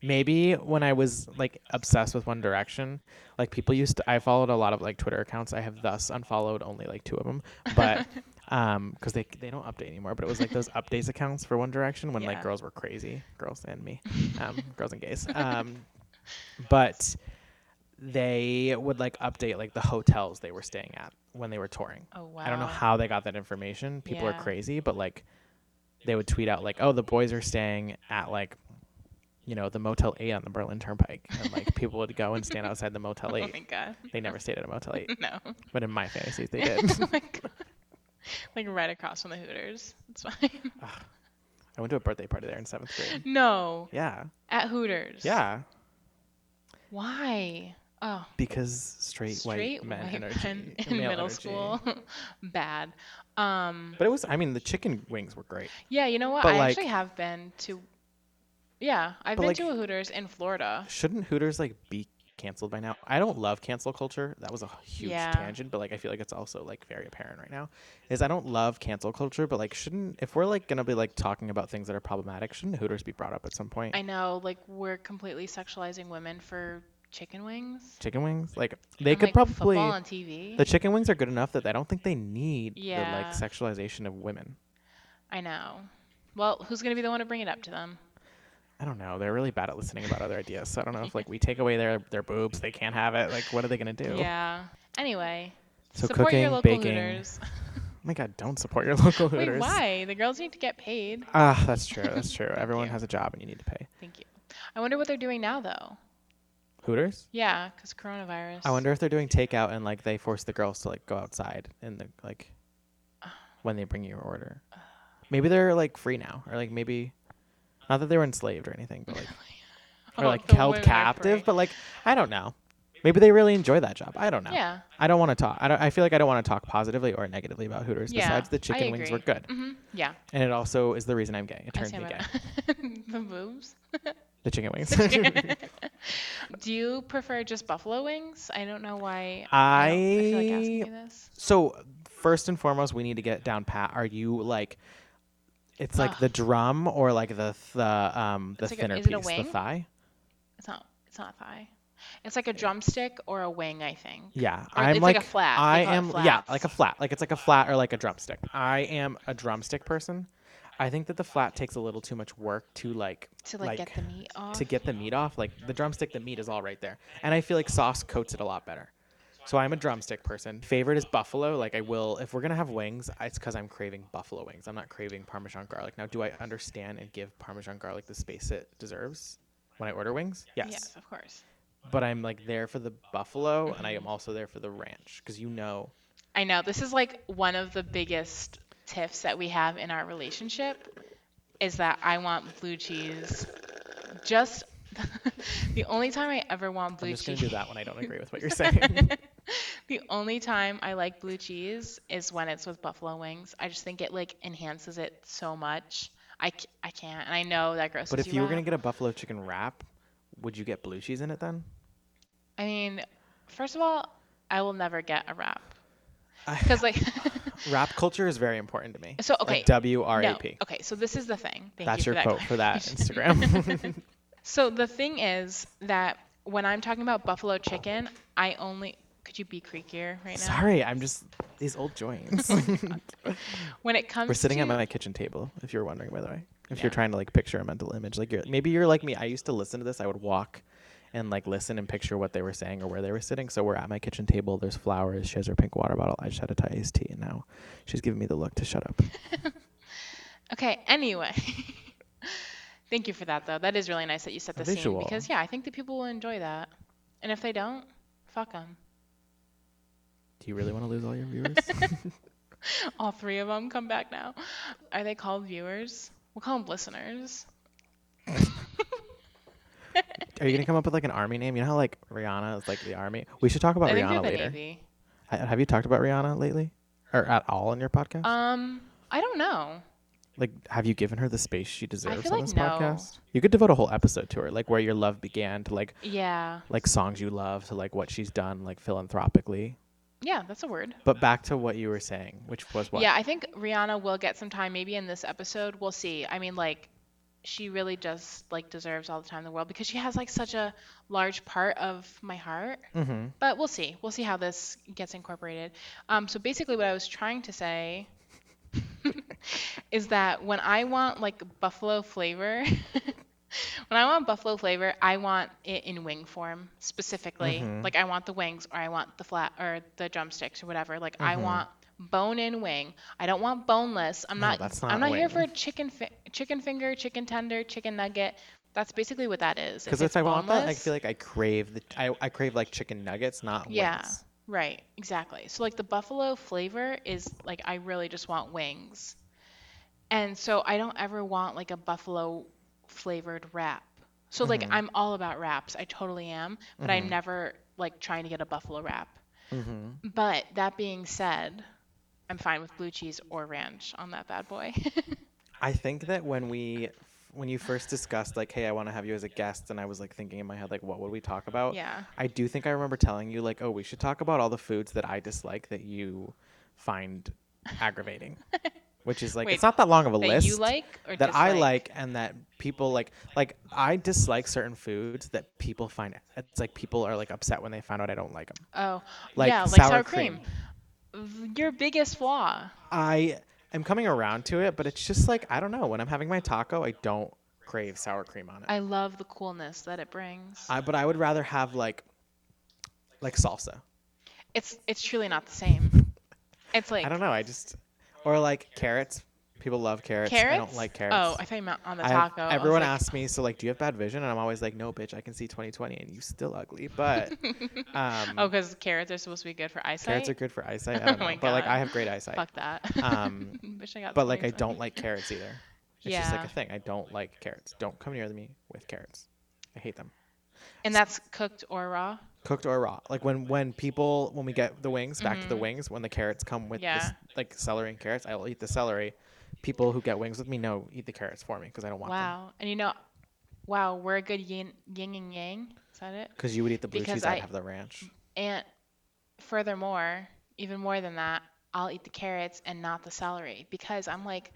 C: maybe when i was like obsessed with one direction like people used to i followed a lot of like twitter accounts i have thus unfollowed only like two of them but um because they they don't update anymore but it was like those updates accounts for one direction when
B: Yeah.
C: like girls were crazy girls and me um girls and gays um but they would like update like the hotels they were staying at when they were touring
B: Oh wow.
C: I don't know how they got that information. People
B: Yeah.
C: are crazy, but like they would tweet out like, "Oh, the boys are staying at like you know, the Motel 8 on the Berlin Turnpike." And like people would go and stand outside the Motel
B: Oh
C: 8.
B: my god.
C: They never stayed at a Motel 8,
B: No.
C: but in my fantasies they did.
B: oh my god. Like right across from the Hooters. It's fine.
C: I went to a birthday party there in 7th grade.
B: no.
C: Yeah.
B: At Hooters.
C: Yeah,
B: Why? Oh.
C: because straight,
B: straight
C: white men
B: white
C: energy,
B: men in
C: male
B: middle
C: energy.
B: school. Bad. Um,
C: But it was I mean, the chicken wings were great.
B: yeah, you know what?
C: But,
B: I
C: like-
B: actually have been to. Yeah, I've
C: But,
B: been
C: like-
B: to a Hooters in Florida.
C: Shouldn't Hooters like be canceled by now? I don't love cancel culture. That was a huge
B: Yeah.
C: tangent, but like I feel like it's also like very apparent right now. Is I don't love cancel culture, but like shouldn't if we're like gonna be like talking about things that are problematic, shouldn't Hooters be brought up at some point?
B: I know, like we're completely sexualizing women for chicken wings.
C: chicken wings, like they
B: and,
C: could
B: like,
C: probably
B: football on TV.
C: the chicken wings are good enough that I don't think they need the
B: Yeah.
C: like sexualization of women.
B: I know. Well, who's gonna be the one to bring it up to them?
C: I don't know. They're really bad at listening about other ideas. So I don't know if like we take away their their boobs, they can't have it. Like what are they gonna do?
B: Yeah. Anyway,
C: So
B: support your
C: cooking,
B: local
C: baking.
B: Hooters.
C: Oh my god, don't support your local Hooters.
B: Wait, why? The girls need to get paid.
C: Ah, that's true. That's true. Everyone
B: you.
C: has a job and you need to pay.
B: Thank you. I wonder what they're doing now though.
C: Hooters?
B: Yeah, 'cause coronavirus.
C: I wonder if they're doing takeout and like they force the girls to like go outside and the, like when they bring you your order. Maybe they're like free now or like maybe not that they were enslaved or anything, but like or
B: Oh,
C: like
B: the
C: held
B: women are
C: captive,
B: free.
C: but like I don't know. Maybe they really enjoy that job. I don't know.
B: Yeah.
C: I don't want to talk. I, don't, I feel like I don't want to talk positively or negatively about Hooters.
B: Yeah,
C: besides,
B: I
C: the chicken wings were
B: agree.
C: good,
B: hmm Yeah.
C: and it also is the reason I'm gay. It
B: I
C: turned
B: say
C: me gay.
B: about the boobs.
C: The chicken wings.
B: Do you prefer just buffalo wings? I don't know why. don't- I feel like asking
C: I
B: you this.
C: So first and foremost, we need to get down pat. Are you like? It's like the drum or like the the um the
B: It's like a-
C: thinner
B: is it a
C: piece,
B: wing?
C: the thigh.
B: It's not. It's not thigh. It's like a drumstick or a wing, I think.
C: Yeah,
B: Or
C: I'm
B: it's
C: like,
B: like a flat. They
C: I
B: call it
C: am yeah,
B: flats.
C: like a flat. Like it's like a flat or like a drumstick. I am a drumstick person. I think that the flat takes a little too much work to like
B: To like, get the meat off.
C: to get the meat off. Like the drumstick, the meat is all right there, and I feel like sauce coats it a lot better. So I'm a drumstick person. Favorite is buffalo. Like I will, if we're gonna have wings, I- it's because I'm craving buffalo wings. I'm not craving Parmesan garlic. Now, do I understand and give Parmesan garlic the space it deserves when I order wings? Yes.
B: Yeah, of course.
C: But I'm like there for the buffalo, and I am also there for the ranch because you know
B: I know this is like one of the biggest tiffs that we have in our relationship is that I want blue cheese. Just the only time I ever want blue
C: I'm just gonna
B: cheese.
C: do that when I don't agree with what you're saying.
B: the only time I like blue cheese is when it's with buffalo wings. I just think it like enhances it so much. I, c- I can't, and I know that grosses
C: but if you were gonna
B: out.
C: get a buffalo chicken wrap, would you get blue cheese in it then?
B: I mean, first of all, I will never get a wrap because like
C: Rap culture is very important to me.
B: So, okay, no,
C: like W R
B: no.
C: A P.
B: Okay, so this is the thing. Thank
C: That's
B: you
C: your
B: for that
C: quote for that
B: clarification.
C: Instagram.
B: So the thing is that when I'm talking about buffalo chicken, I only could you be creakier right now?
C: Sorry, I'm just these old joints.
B: When it comes
C: We're sitting
B: to,
C: at my kitchen table, if you're wondering, by the way. If you're trying to like picture a mental image, like you're maybe you're like me. I used to listen to this. I would walk and like listen and picture what they were saying or where they were sitting. So we're at my kitchen table. There's flowers. She has her pink water bottle. I just had a Thai iced tea, and now she's giving me the look to shut up.
B: okay. Anyway, thank you for that though. That is really nice that you set the
C: Visual.
B: scene because yeah, I think that people will enjoy that, and if they don't, fuck them.
C: Do you really want to lose all your viewers?
B: All three of them come back now. Are they called viewers? We'll call them listeners.
C: Are you gonna come up with like an army name? You know how like Rihanna is like the army. We should talk about
B: I think we have
C: Rihanna
B: a
C: later.
B: navy.
C: Ha- Have you talked about Rihanna lately, or at all in your podcast?
B: Um, I don't know.
C: like, have you given her the space she deserves
B: feel
C: on
B: like
C: this
B: no.
C: podcast? You could devote a whole episode to her, like where your love began, to like
B: Yeah.
C: like songs you love, to like what she's done, like philanthropically.
B: Yeah, that's a word.
C: But back to what you were saying, which was what?
B: Yeah, I think Rihanna will get some time maybe in this episode. We'll see. I mean, like she really just like deserves all the time in the world because she has like such a large part of my heart.
C: Mm-hmm.
B: But we'll see. We'll see how this gets incorporated. Um, so basically, what I was trying to say is that when I want like buffalo flavor, when I want buffalo flavor, I want it in wing form specifically.
C: Mhm.
B: Like I want the wings, or I want the flat, or the drumsticks, or whatever. Like I
C: Mhm.
B: want bone-in wing. I don't want boneless. I'm
C: No,
B: not.
C: that's
B: I'm
C: not
B: not here
C: wing.
B: for chicken, fi- chicken finger, chicken tender, chicken nugget. That's basically what that is.
C: Because
B: it's
C: if I want that, I
B: boneless-
C: feel like I crave the I, I crave like chicken nuggets, not
B: yeah.
C: wings.
B: Right, exactly. So like the buffalo flavor is like I really just want wings. And so I don't ever want like a buffalo flavored wrap. So like
C: Mm-hmm.
B: I'm all about wraps. I totally am, but I'm never like trying to get a buffalo wrap.
C: Mm-hmm.
B: But that being said, I'm fine with blue cheese or ranch on that bad boy.
C: I think that when we when you first discussed like, hey, I want to have you as a guest, and I was like thinking in my head like, what would we talk about?
B: Yeah.
C: I do think I remember telling you like, oh, we should talk about all the foods that I dislike that you find aggravating, which is like
B: Wait,
C: it's not that long of a
B: that
C: list
B: you like or
C: that I
B: dislike?
C: like and that people like like I dislike certain foods that people find it's like people are like upset when they find out I don't like them.
B: Oh,
C: Like
B: yeah, like
C: sour
B: sour, cream. Your biggest flaw.
C: I am coming around to it, but it's just like I don't know. When I'm having my taco, I don't crave sour cream on it.
B: I love the coolness that it brings.
C: I, but I would rather have like like salsa.
B: It's it's truly not the same. It's like
C: I don't know. I just or like carrots. People love carrots.
B: carrots.
C: I don't like carrots.
B: Oh, I thought you meant on the
C: I have-
B: taco. I was
C: everyone
B: like,
C: asks me, so like, do you have bad vision? And I'm always like, no, bitch, I can see 2020, and you still ugly. But um,
B: Oh, because carrots are supposed to be good for eyesight.
C: carrots are good for eyesight. I don't
B: Oh
C: know,
B: my
C: but like,
B: God.
C: I have great eyesight.
B: Fuck that.
C: Um,
B: Wish I got
C: But like, I
B: something
C: don't
B: from-
C: like carrots either. It's just like
B: Yeah.
C: a thing. I don't like carrots. Don't come near me with carrots. I hate them.
B: And that's cooked or raw.
C: cooked or raw. Like when when people when we get the wings back to the wings when the carrots come with
B: Mm-hmm. Yeah.
C: this, like celery and carrots, I'll eat the celery. People who get wings with me know eat the carrots for me because I don't want them.
B: Wow. And you know, wow, we're a good yin, yin and yang. Is that it?
C: Because you would eat the blue
B: Because
C: cheese, I'd
B: I- Mm,
C: have the ranch.
B: And furthermore, even more than that, I'll eat the carrots and not the celery because I'm like,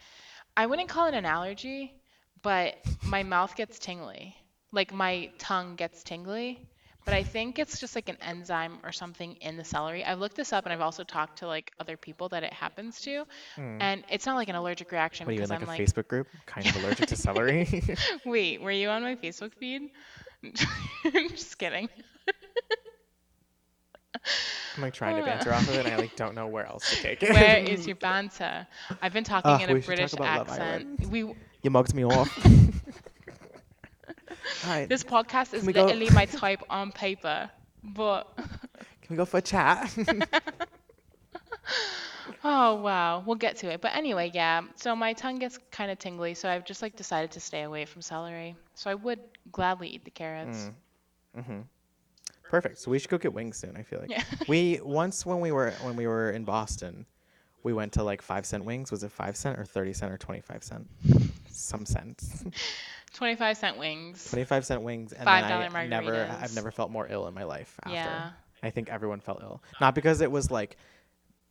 B: I wouldn't call it an allergy, but my mouth gets tingly. Like my tongue gets tingly But I think it's just like an enzyme or something in the celery. I've looked this up and I've also talked to like other people that it happens to. And it's not like an allergic reaction
C: Hmm. What are you in
B: because
C: like
B: I'm
C: a
B: like,
C: Facebook group? Kind of allergic to celery.
B: wait, were you on my Facebook feed? just kidding.
C: I'm like trying to banter off of it. And I like don't know where else to take it.
B: Where is your banter? I've been talking
C: Ugh,
B: in a
C: Ah, we should talk
B: British
C: about Love
B: accent.
C: Island.
B: We
C: you mugged me off. All right,
B: this podcast is
C: we go-
B: literally my type on paper, but
C: can we go for a chat?
B: oh wow, we'll get to it. But anyway, yeah. So my tongue gets kind of tingly, so I've just like decided to stay away from celery. So I would gladly eat the carrots.
C: Hmm. Perfect. So we should go get wings soon. I feel like
B: Yeah.
C: we once when we were when we were in Boston, we went to like five cent wings. Was it five cent or thirty cent or twenty five cent? Some cents.
B: 25 cent wings.
C: Twenty five cent wings. And
B: $5
C: then I never I've
B: margaritas.
C: never felt more ill in my life after.
B: Yeah.
C: I think everyone felt ill, not because it was like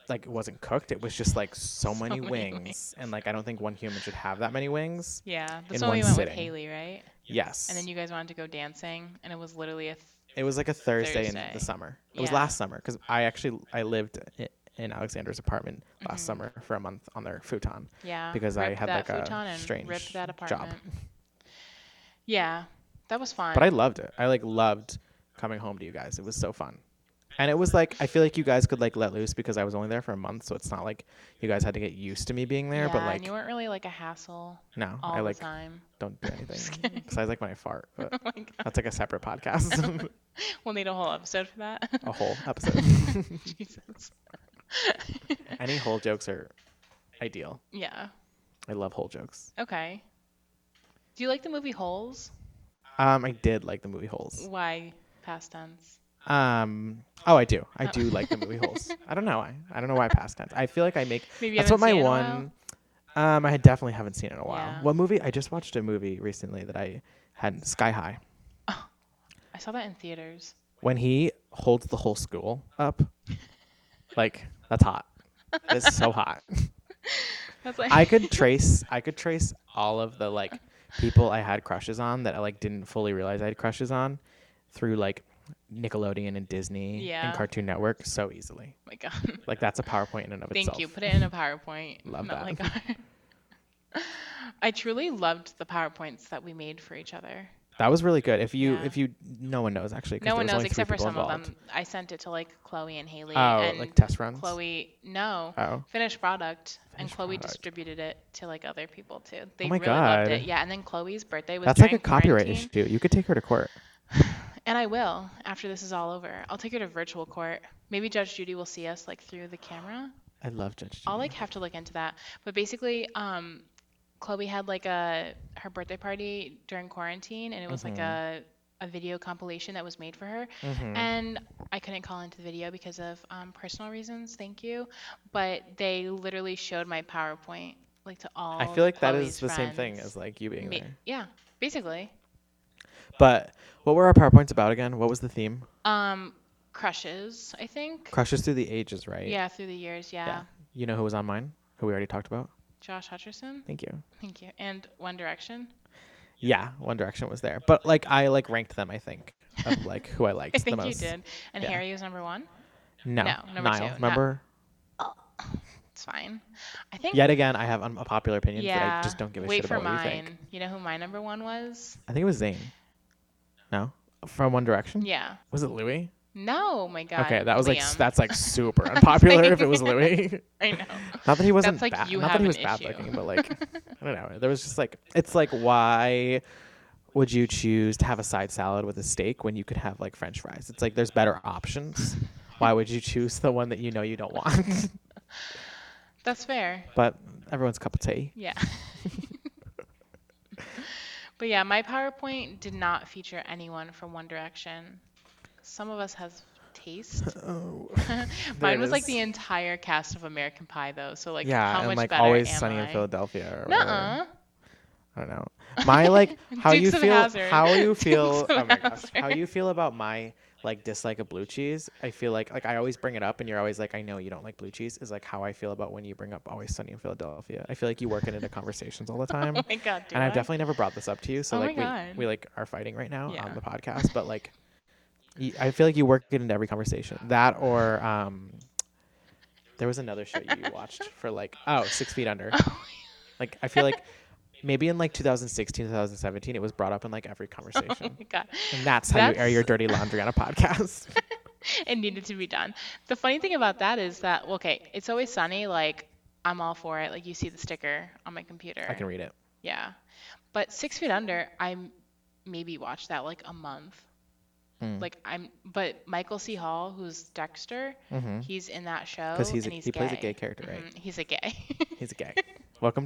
C: like it wasn't cooked. It was just like so, many,
B: many
C: wings. and like I don't think one human should have that many wings.
B: Yeah. That's
C: in
B: when we
C: one
B: went with
C: sitting.
B: Haley, right?
C: Yes.
B: And then you guys wanted to go dancing, and it was literally a th-
C: It was like a Thursday, in
B: Thursday.
C: the summer. It was
B: Yeah.
C: last summer because I actually I lived i- in Alexander's apartment
B: Mm-hmm.
C: last summer for a month on their futon.
B: Yeah.
C: Because I
B: ripped
C: had,
B: that
C: like, a
B: futon and
C: strange
B: ripped that
C: job.
B: apartment. Yeah, that was fun.
C: But I loved it. I like loved coming home to you guys. It was so fun. And it was like I feel like you guys could like let loose because I was only there for a month, so it's not like you guys had to get used to me being there.
B: yeah,
C: but
B: and
C: like
B: you weren't really like a hassle
C: no,
B: all
C: I like
B: the time.
C: don't do anything besides like when I fart. But
B: Oh my God.
C: that's like a separate podcast,
B: We'll need a whole episode for that.
C: a whole episode.
B: Jesus.
C: Any whole jokes are ideal.
B: Yeah.
C: I love whole jokes.
B: Okay. Do you like the movie Holes?
C: Um, I did like the movie Holes.
B: Why past tense?
C: Um. Oh, I do. I do like the
B: Oh.
C: movie holes. I don't know why. I don't know why past tense. I feel like I make.
B: Maybe you
C: that's what
B: haven't
C: my
B: seen it in a
C: one. Um, I definitely haven't seen it in a while.
B: Yeah.
C: What movie? I just watched a movie recently that I had Sky High.
B: I saw that in theaters.
C: When he holds the whole school up, like that's hot. It's so hot.
B: That's like oh
C: I could trace. I could trace all of the like people I had crushes on that I like didn't fully realize I had crushes on through like Nickelodeon and Disney
B: Yeah.
C: and Cartoon Network so easily.
B: my God.
C: Like that's a PowerPoint in and of
B: Thank
C: itself.
B: you. Put it in a PowerPoint.
C: Love
B: not
C: that.
B: Like our- I truly loved the PowerPoints that we made for each other.
C: That was really good. If you
B: Yeah.
C: if you no one knows actually. 'cause
B: No
C: there
B: one
C: was
B: knows
C: only three
B: except for
C: people
B: some of
C: involved.
B: them. I sent it to like Chloe and Haley.
C: Oh,
B: and
C: like test runs.
B: Chloe, no,
C: Oh.
B: finished product, and
C: Finished
B: Chloe
C: product. Oh
B: distributed it to like other people too. They
C: my
B: really loved
C: God.
B: it. Yeah, and then Chloe's birthday was
C: That's like a
B: during
C: copyright
B: quarantine,
C: issue. You could take her to court.
B: And I will after this is all over. I'll take her to virtual court. Maybe Judge Judy will see us like through the camera.
C: I love Judge.
B: I'll
C: Judy.
B: like have to look into that. But basically, um, Chloe had like a her birthday party during quarantine, and it was like a a
C: Mm-hmm.
B: video compilation that was made for her. And I couldn't call into the video because of um, personal reasons. Thank you, but they literally showed my PowerPoint like to all.
C: I feel like that
B: Chloe's
C: is the same thing
B: friends.
C: as like you being
B: Ma-
C: there.
B: yeah, basically.
C: But what were our powerpoints about again? What was the theme?
B: Um, crushes, I think.
C: Crushes through the ages, right?
B: yeah, through the years. Yeah.
C: Yeah. You know who was on mine? Who we already talked about?
B: Josh Hutcherson.
C: Thank you.
B: Thank you. And One Direction.
C: Yeah, One Direction was there, but like I like ranked them. I think of like who I liked
B: I think
C: the
B: you
C: most.
B: did. And
C: Yeah.
B: Harry was number one.
C: No,
B: No, number
C: Niall.
B: two, not-
C: Remember?
B: It's fine. I think.
C: Yet again, I have unpopular opinions that
B: yeah.
C: I just don't give a
B: wait
C: shit
B: for
C: about what you
B: mine.
C: think.
B: You know who my number one was?
C: I think it was Zayn. No, from One Direction.
B: Yeah.
C: Was it Louis?
B: No, oh my God.
C: okay, that was like s-
B: Liam.
C: that's like super unpopular if it was Louis.
B: I know.
C: Not that he wasn't
B: like
C: bad.
B: you
C: Not
B: have
C: that he
B: an
C: was bad
B: issue.
C: looking, but like I don't know. There was just like it's like why would you choose to have a side salad with a steak when you could have like French fries? It's like there's better options. Why would you choose the one that you know you don't want?
B: That's fair.
C: but everyone's cup of tea.
B: Yeah. but yeah, my PowerPoint did not feature anyone from One Direction. Some of us has taste.
C: Oh,
B: Mine
C: it
B: was like
C: is.
B: the entire cast of American Pie, though. So like,
C: yeah,
B: how
C: and
B: much
C: like
B: better
C: always
B: am
C: sunny
B: I?
C: in Philadelphia. Or whatever.
B: Nuh-uh.
C: I don't know. My like how you
B: Dukes of
C: feel
B: Hazzard.
C: how you feel
B: Dukes of
C: oh my gosh, how
B: Hazzard.
C: you feel about my like dislike of blue cheese. I feel like like I always bring it up and you're always like I know you don't like blue cheese is like how I feel about when you bring up always sunny in Philadelphia. I feel like you work it into conversations all the time.
B: Oh my God, do
C: and I've
B: I?
C: definitely never brought this up to you so
B: Oh my
C: like we
B: God.
C: we like are fighting right now
B: Yeah.
C: on the podcast but like Y- I feel like you work it into every conversation. That or um, there was another show you watched for like oh Six Feet Under. Like I feel like maybe in like 2016, 2017, it was brought up in like every conversation,
B: God.
C: and that's how you air
B: Oh, That's-
C: your dirty laundry on a podcast.
B: it needed to be done. The funny thing about that is that okay, it's always sunny. Like I'm all for it. Like you see the sticker on my computer.
C: I can read it.
B: Yeah, but Six Feet Under, I m- maybe watched that like a month.
C: Mm.
B: Like I'm, but Michael C. Hall, who's Dexter,
C: Mhm.
B: he's in that show.
C: Because he's, a
B: and he's
C: he plays a
B: gay.
C: gay character, right?
B: Mhm, He's a gay.
C: He's a gay. Welcome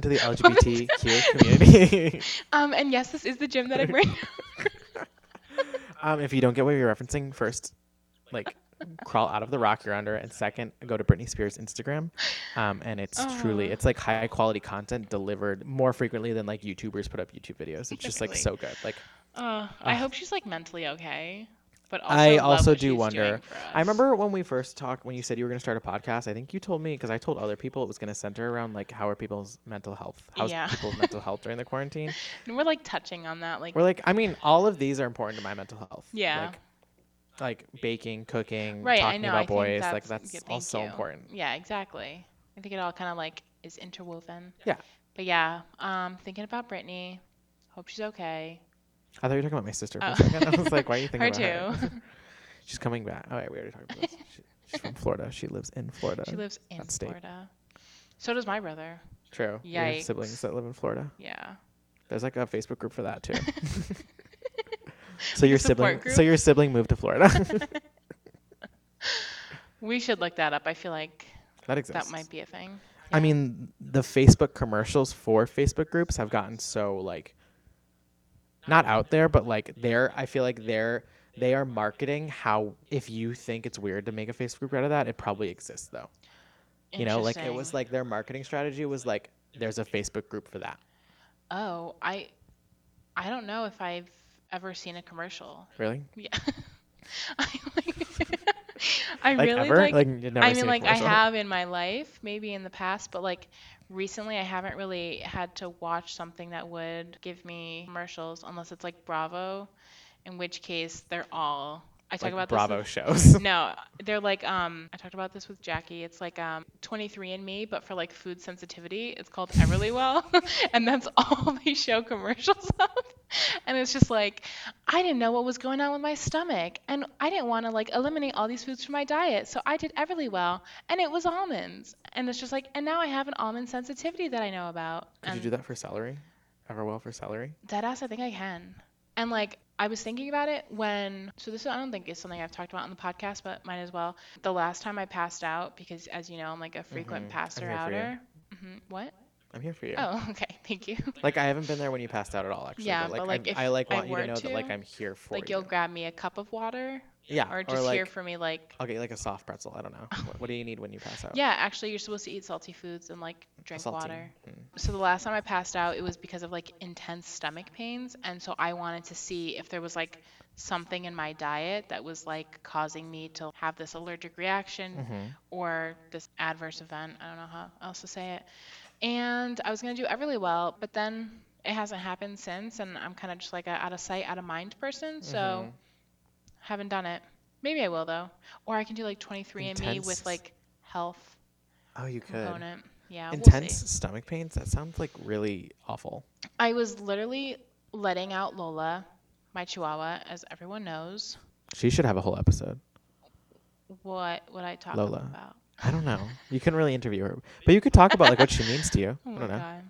C: to the LGBTQ community.
B: um, and yes, this is the gym that I bring.
C: um, if you don't get what you're referencing, first, like, crawl out of the rock you're under, and second, go to Britney Spears' Instagram. Um, and it's truly, it's like high quality content delivered more frequently than like YouTubers put up YouTube videos. It's just like
B: Really?
C: so good. Like,
B: Uh, I hope she's like mentally okay. But also
C: Ah. I
B: love
C: also
B: what she's
C: do
B: doing
C: wonder.
B: for us.
C: I remember when we first talked, when you said you were going to start a podcast. I think you told me because I told other people it was going to center around like how are people's mental health, how's
B: Yeah.
C: people's mental health during the quarantine.
B: And we're like touching on that. Like
C: We're like, I mean, all of these are important to my mental health.
B: Yeah.
C: Like, like baking, cooking,
B: right, I
C: talking
B: know. I
C: about
B: think
C: boys.
B: that's,
C: like that's
B: yeah,
C: all
B: thank
C: so
B: you.
C: important.
B: Yeah, exactly. I think it all kind of like is interwoven.
C: Yeah.
B: But yeah, um, thinking about Brittany. Hope she's okay.
C: I thought you were talking about my sister for
B: Oh.
C: a second. I was like, why are you
B: Her
C: thinking
B: too.
C: about her? She's coming back. Oh, yeah, we already talked about this. She, she's from Florida. She lives in Florida.
B: she lives in
C: that state.
B: Florida. So does my brother.
C: True. We have
B: Yikes.
C: siblings that live in Florida.
B: Yeah.
C: There's like a Facebook group for that too. so your sibling,
B: support
C: so
B: group?
C: your sibling moved to Florida.
B: We should look that up. I feel like
C: that exists.
B: that might be a thing.
C: I mean, the Facebook commercials for Facebook groups have gotten so like not out there, but like they're I feel like they're they are marketing how if you think it's weird to make a Facebook group out of that, it probably exists though. You know, like it was
B: Interesting.
C: like their marketing strategy was like there's a Facebook group for that.
B: Oh, I I don't know if I've ever seen a commercial.
C: Really?
B: Yeah. I like I
C: Like
B: really
C: ever?
B: like,
C: Like, you've never
B: I mean
C: seen Uh-huh. a
B: like I
C: commercial?
B: have in my life, maybe in the past, but like recently I haven't really had to watch something that would give me commercials unless it's like Bravo, in which case they're all I talk
C: Like
B: about
C: Bravo
B: this
C: shows.
B: with- no, they're like um I talked about this with Jackie. It's like um 23andme but for like food sensitivity. It's called Everlywell and that's all they show commercials of. And it's just like I didn't know what was going on with my stomach, and I didn't want to like eliminate all these foods from my diet, so I did Everly well, and it was almonds. And it's just like, and now I have an almond sensitivity that I know about.
C: Could you
B: and
C: do that for celery? Ever well for celery?
B: Deadass, I think I can. And like, I was thinking about it when, so this I don't think is something I've talked about on the podcast, but might as well. The last time I passed out, because as you know, I'm like a frequent
C: Mhm. I'm
B: passer
C: here for you.
B: outer. hmm What?
C: I'm here for you.
B: Oh, okay. Thank you.
C: Like I haven't been there when you passed out at all, actually.
B: Yeah,
C: but like,
B: but, like,
C: I,
B: if
C: I like
B: I
C: want you
B: were
C: to know that like
B: to,
C: I'm here for
B: like,
C: you.
B: you'll grab me a cup of water,
C: yeah,
B: or just
C: like,
B: here for me, like,
C: Okay, like a soft pretzel. I don't know. What, what do you need when you pass out?
B: Yeah, actually, you're supposed to eat salty foods and like drink
C: Salty.
B: water.
C: Mm.
B: So the last time I passed out, it was because of like intense stomach pains, and so I wanted to see if there was like something in my diet that was like causing me to have this allergic reaction or this adverse event. I don't know how else to say it. And I was gonna do Everly well, but then it hasn't happened since, and I'm kind of just like a out of sight, out of mind person. So
C: Mm-hmm.
B: haven't done it. Maybe I will though, or I can do like 23andMe with
C: Intense.
B: like health
C: Oh, you could.
B: component. Yeah,
C: Intense
B: We'll see.
C: stomach pains. That sounds like really awful.
B: I was literally letting out Lola, my Chihuahua, as everyone knows.
C: She should have a whole episode.
B: What would I talk
C: Lola.
B: about?
C: I don't know. You couldn't really interview her, but you could talk about like what she means to you.
B: Oh
C: I
B: my
C: don't know.
B: god.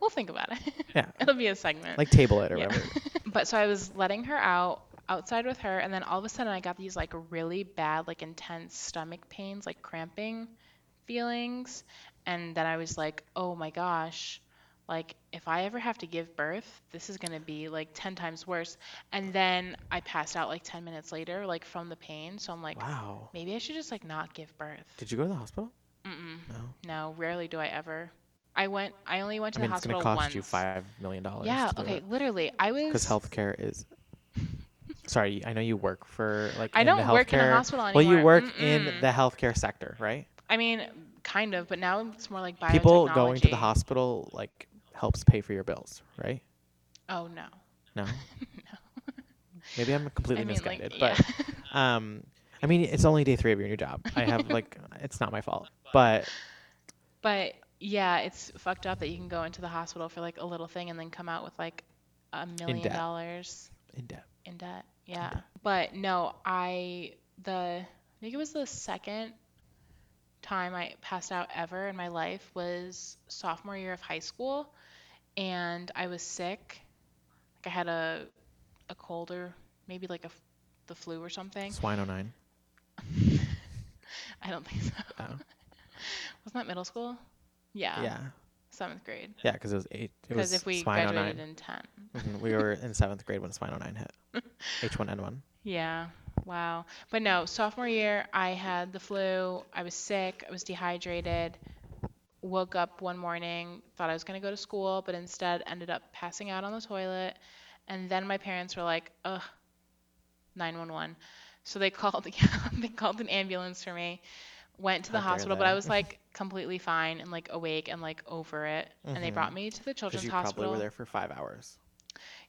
B: We'll think about it.
C: Yeah,
B: It'll be a segment.
C: like table it or
B: Yeah.
C: whatever.
B: but so I was letting her out outside with her, and then all of a sudden I got these like really bad, like intense stomach pains, like cramping feelings, and then I was like, oh my gosh. Like, if I ever have to give birth, this is gonna be like 10 times worse. And then I passed out like 10 minutes later, like from the pain. So I'm like,
C: Wow.
B: maybe I should just like not give birth.
C: Did you go to the hospital?
B: Mm-mm.
C: No.
B: No, rarely do I ever. I went, I only went to
C: I mean,
B: the
C: it's gonna
B: hospital
C: cost
B: once.
C: you five million dollars.
B: yeah, okay, literally. I was.
C: Because healthcare is. Sorry, I know you work for like.
B: I
C: in the
B: don't work in a
C: healthcare-
B: hospital anymore.
C: Well, you work
B: Mm-mm.
C: in the healthcare sector, right?
B: I mean, kind of, but now it's more like biotechnology.
C: people going to the hospital like helps pay for your bills, right?
B: Oh no.
C: No. Maybe I'm completely
B: I mean, like,
C: misguided,
B: yeah.
C: but um, I mean, it's only day three of your new job. I have like, it's not my fault, but
B: But yeah, it's fucked up that you can go into the hospital for like a little thing and then come out with like a million
C: debt.
B: dollars
C: in debt.
B: in debt. Yeah. But no, I the I think it was the second time I passed out ever in my life was sophomore year of high school and I was sick. Like I had a a cold or maybe like a f- the flu or something.
C: Swine 09.
B: I don't think so.
C: Oh.
B: Wasn't that middle school? Yeah.
C: yeah,
B: Seventh grade.
C: yeah, because it was eight. It
B: Because
C: was oh
B: if we
C: swine
B: graduated
C: 09.
B: in ten.
C: Mhm, we were in seventh grade when swine 09 hit. H1N1.
B: Yeah. Wow. But no, sophomore year, I had the flu. I was sick. I was dehydrated. Woke up one morning, thought I was going to go to school, but instead ended up passing out on the toilet. And then my parents were like, ugh, 911. So they called, they called an ambulance for me. Went to the
C: How dare
B: hospital, but I
C: they.
B: was like completely fine and like awake and like over it. And they
C: Mhm.
B: brought me to the
C: Because
B: children's
C: you
B: hospital.
C: probably were there for five hours.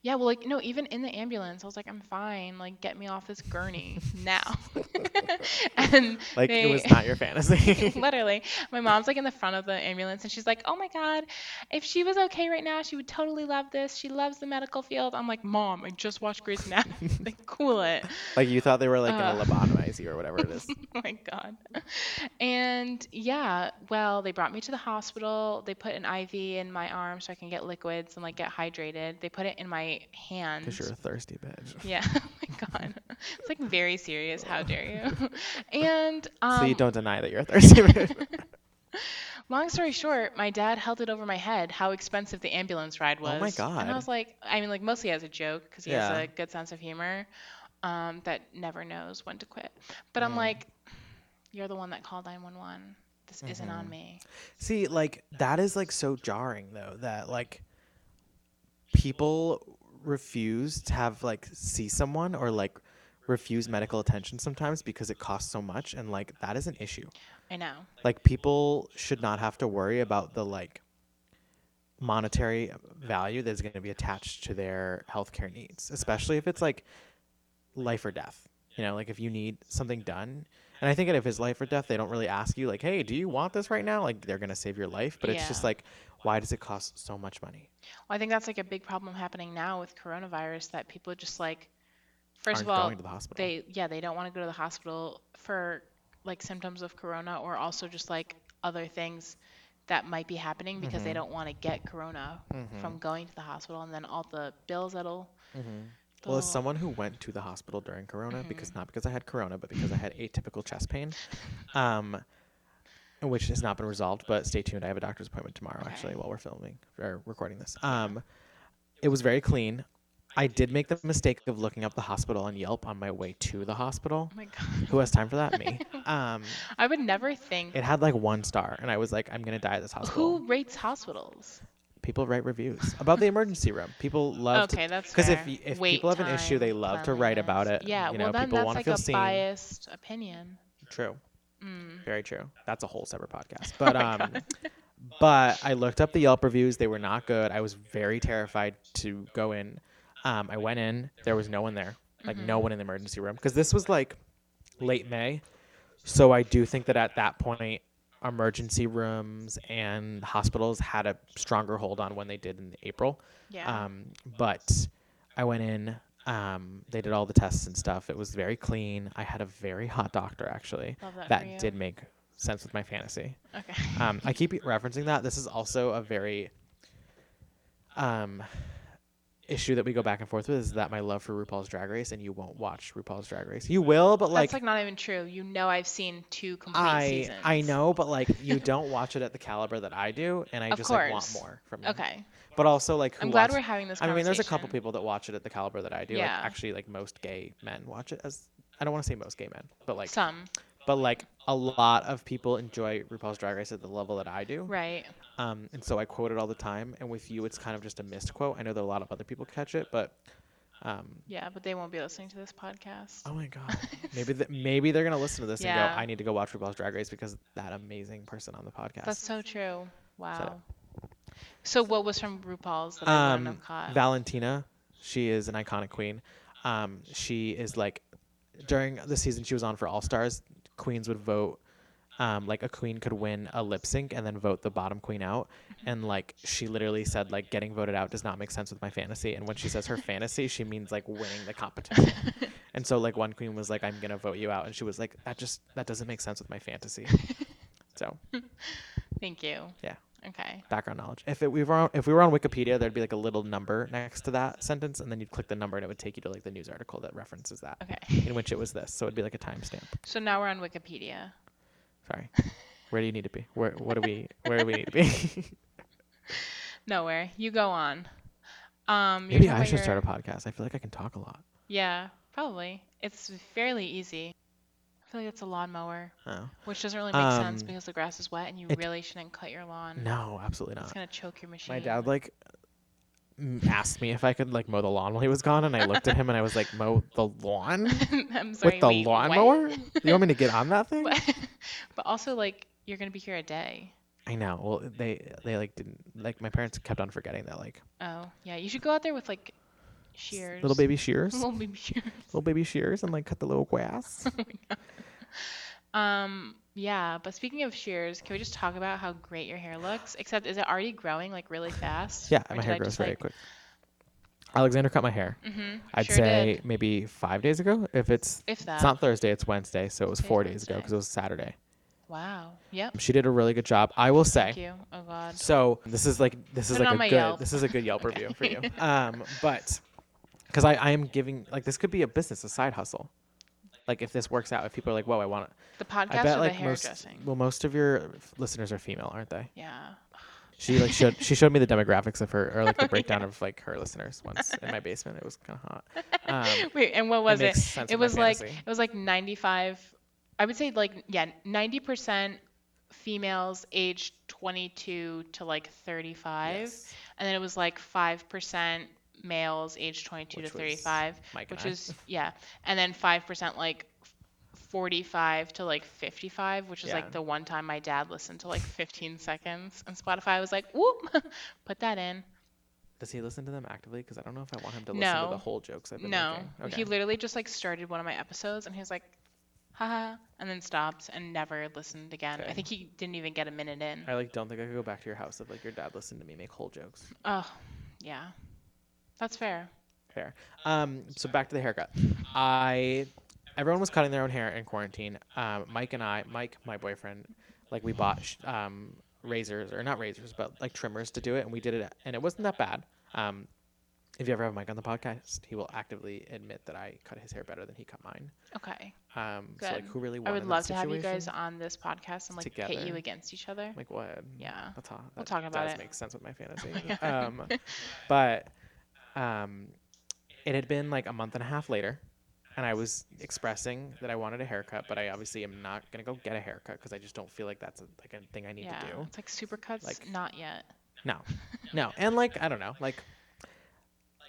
B: Yeah, well, like, no, even in the ambulance, I was like, I'm fine. Like, get me off this gurney now. and
C: Like
B: they,
C: it was not your fantasy.
B: literally, my mom's like in the front of the ambulance and she's like, oh my God, if she was okay right now, she would totally love this. She loves the medical field. I'm like, Mom, I just watched Grey's Anatomy. like, cool it.
C: like you thought they were like
B: Uh.
C: gonna lobotomize you or whatever it is.
B: oh my god and yeah well they brought me to the hospital they put an iv in my arm so i can get liquids and like get hydrated they put it in my hand
C: Because you're a thirsty bitch.
B: yeah oh my god it's like very serious how dare you and um
C: so you don't deny that you're a thirsty bitch.
B: long story short my dad held it over my head how expensive the ambulance ride was
C: Oh my
B: and i
C: God.
B: was like i mean like mostly as a joke because he
C: Yeah.
B: has a good sense of humor um, that never knows when to quit but i'm
C: Mm.
B: like you're the one that called 911 this isn't
C: Mm-hmm.
B: on me
C: See, like that is like so jarring though that like people refuse to have like see someone or like refuse medical attention sometimes because it costs so much and like that is an issue.
B: i know
C: Like people should not have to worry about the like monetary value that's going to be attached to their healthcare needs, especially if it's like life or death. You know, like if you need something done, and I think if it's life or death, they don't really ask you like, "Hey, do you want this right now?" Like they're going to save your life, but it's just
B: Yeah.
C: like, why does it cost so much money?
B: well, i think that's like a big problem happening now with coronavirus that people just like 1st
C: Aren't
B: of all
C: going to the hospital.
B: they yeah they don't want to go to the hospital for like symptoms of corona or also just like other things that might be happening because
C: Mm-hmm.
B: they don't want to get corona from going to the hospital and then all the bills that'll
C: Mm-hmm. Well, as
B: they'll-
C: someone who went to the hospital during Corona,
B: Mm-hmm.
C: because not because I had Corona, but because I had atypical chest pain, um, which has not been resolved. But stay tuned; I have a doctor's appointment tomorrow, actually,
B: Okay.
C: while we're filming or recording this. Um, it was very clean. I did make the mistake of looking up the hospital on Yelp on my way to the hospital.
B: oh my god
C: Who has time for that? Me. Um,
B: i would never think
C: it had like one star, and I was like, I'm gonna die at this hospital.
B: who rates hospitals
C: People write reviews about the emergency room. People love
B: okay that's
C: because if
B: fair.
C: y- if
B: Wait
C: people have an issue,
B: time,
C: they love to write about
B: cleanliness.
C: it.
B: yeah
C: you
B: well
C: know,
B: then
C: people
B: that's
C: want to
B: like
C: feel
B: a
C: seen.
B: biased opinion
C: True.
B: mm. Oh
C: Very true. That's a whole separate podcast. But um but I looked up the Yelp reviews. They were not good. I was very terrified to go in. Um I went in. There was no one there. Like no
B: Mm-hmm.
C: one in the emergency room because this was like late May. So I do think that at that point emergency rooms and hospitals had a stronger hold on when they did in April.
B: yeah
C: Um, but I went in. Um, they did all the tests and stuff. It was very clean. I had a very hot doctor actually.
B: Love that for you.
C: did make sense with my fantasy.
B: okay
C: Um, I keep referencing that. This is also a very um, issue that we go back and forth with is that my love for RuPaul's Drag Race and you won't watch RuPaul's Drag Race. You will, but like,
B: that's like not even true you know i've seen two complete
C: I
B: seasons
C: I know, but like you don't watch it at the caliber that I do, and I
B: Of
C: just like want
B: course.
C: more from it.
B: okay
C: But also like who
B: i'm glad
C: watched-
B: we're having this
C: I mean, there's a couple
B: conversation.
C: people that watch it at the caliber that I do.
B: Yeah.
C: Like, actually, like most gay men watch it as I don't want to say most gay men, but like,
B: some
C: but like a lot of people enjoy RuPaul's Drag Race at the level that I do.
B: right
C: Um, and so I quote it all the time. And with you, it's kind of just a missed quote. I know that a lot of other people catch it, but um,
B: yeah but they won't be listening to this podcast
C: oh my god, maybe th- maybe they're gonna listen to this and
B: Yeah.
C: go, I need to go watch RuPaul's Drag Race because that amazing person on the podcast.
B: that's so true wow so what was from rupaul's that i wouldn't
C: um,
B: have caught
C: Valentina, she is an iconic queen. Um, she is like during the season she was on for All Stars, queens would vote. Um, like a queen could win a lip sync and then vote the bottom queen out,
B: Mm-hmm.
C: and like she literally said, like getting voted out does not make sense with my fantasy. And when she says her fantasy, she means like winning the competition. and so like one queen was like, I'm gonna vote you out, and she was like, that just that doesn't make sense with my fantasy. so
B: Thank you.
C: yeah
B: Okay.
C: background knowledge. If it, we were on, if we were on Wikipedia, there'd be like a little number next to that sentence, and then you'd click the number, and it would take you to like the news article that references that,
B: Okay.
C: in which it was this. So it'd be like a timestamp.
B: So now we're on Wikipedia.
C: Sorry, where do you need to be? Where what do we where do we need to be?
B: Nowhere. You go on. Um, you're
C: Maybe
B: talking
C: I
B: about
C: should start
B: your-
C: a podcast. I feel like I can talk a lot.
B: Yeah, probably. It's fairly easy. I feel like it's a lawnmower,
C: Oh
B: which doesn't really make sense
C: Um,
B: because the grass is wet and you
C: it-
B: really shouldn't cut your lawn.
C: no, absolutely
B: It's
C: not.
B: gonna choke your machine.
C: My dad like m- asked me if I could like mow the lawn while he was gone, and I looked at him and I was like, mow the lawn
B: I'm sorry.
C: with the
B: wait, what?
C: lawnmower? You want me to get on that thing?
B: but, but also like you're gonna be here a day.
C: I know. Well, they they like didn't like my parents kept on forgetting that like
B: Oh yeah, you should go out there with like shears.
C: little baby shears,
B: Little baby shears.
C: little baby shears, and like cut the little grass.
B: Um yeah, but speaking of shears, can we just talk about how great your hair looks? Except is it already growing like really fast?
C: yeah,
B: Or
C: my
B: did I
C: hair grows
B: just,
C: very
B: like-
C: quick. Alexander cut my hair.
B: Mhm,
C: I'd
B: sure
C: say
B: did.
C: maybe five days ago. If it's
B: if that.
C: it's not Thursday, it's Wednesday, so it was
B: Today's
C: four days
B: Wednesday.
C: ago because it was Saturday.
B: Wow. Yep.
C: She did a really good job. I will
B: Thank
C: say.
B: you. Oh God.
C: So this is like this is
B: Put it on
C: like
B: my
C: a good
B: Yelp.
C: this is a good Yelp
B: Okay.
C: review for you. Um, but because I I am giving like this could be a business, a side hustle. Like if this works out, if people are like, whoa, I want it.
B: The podcast
C: I
B: or
C: bet
B: the
C: like most
B: hairdressing.
C: well most of your f- listeners are female, aren't they?
B: yeah.
C: She like showed she showed me the demographics of her or like the breakdown of like her listeners once in my basement. It was kind of hot. Um,
B: Wait, and what was it?
C: makes sense
B: It
C: with my
B: was like
C: fantasy.
B: it was like 95 I would say like yeah, 90% females aged 22 to like 35
C: yes.
B: and then it was like 5% males aged 22
C: Which
B: to
C: was
B: 35
C: Mike and
B: which
C: I.
B: is yeah, and then 5% like 45 to like 55 which is
C: Yeah.
B: like the one time my dad listened to like 15 seconds and Spotify was like whoop put that in
C: Does he listen to them actively? Because I don't know if I want him to listen to
B: No.
C: the whole jokes I've been
B: No,
C: making.
B: he literally just like started one of my episodes and he was like, haha, and then stopped and never listened again. I
C: Okay.
B: think he didn't even get a minute in.
C: I like don't think I could go back to your house if like your dad listened to me make whole jokes.
B: Oh, yeah, that's fair.
C: Fair. Um, so back to the haircut. I everyone was cutting their own hair in quarantine. Um, Mike and I, Mike, my boyfriend, like we bought sh- um, razors or not razors, but like trimmers to do it, and we did it, and it wasn't that bad. Um, if you ever have Mike on the podcast, he will actively admit that I cut his hair better than he cut mine.
B: Okay,
C: Um,
B: good.
C: so like, who really
B: I
C: wanted
B: would
C: that
B: love to have you
C: situation?
B: guys on this podcast and like pit you
C: Together.
B: against each other.
C: Like what?
B: Yeah.
C: That's all. That
B: We'll talk about
C: does
B: it.
C: make sense with my fantasy. um, but um, it had been like a month and a half later, and I was expressing that I wanted a haircut, but I obviously am not gonna go get a haircut because I just don't feel like that's a, like a thing I need
B: yeah,
C: to do.
B: it's like supercuts.
C: Like-
B: not yet.
C: No, no, and like I don't know, like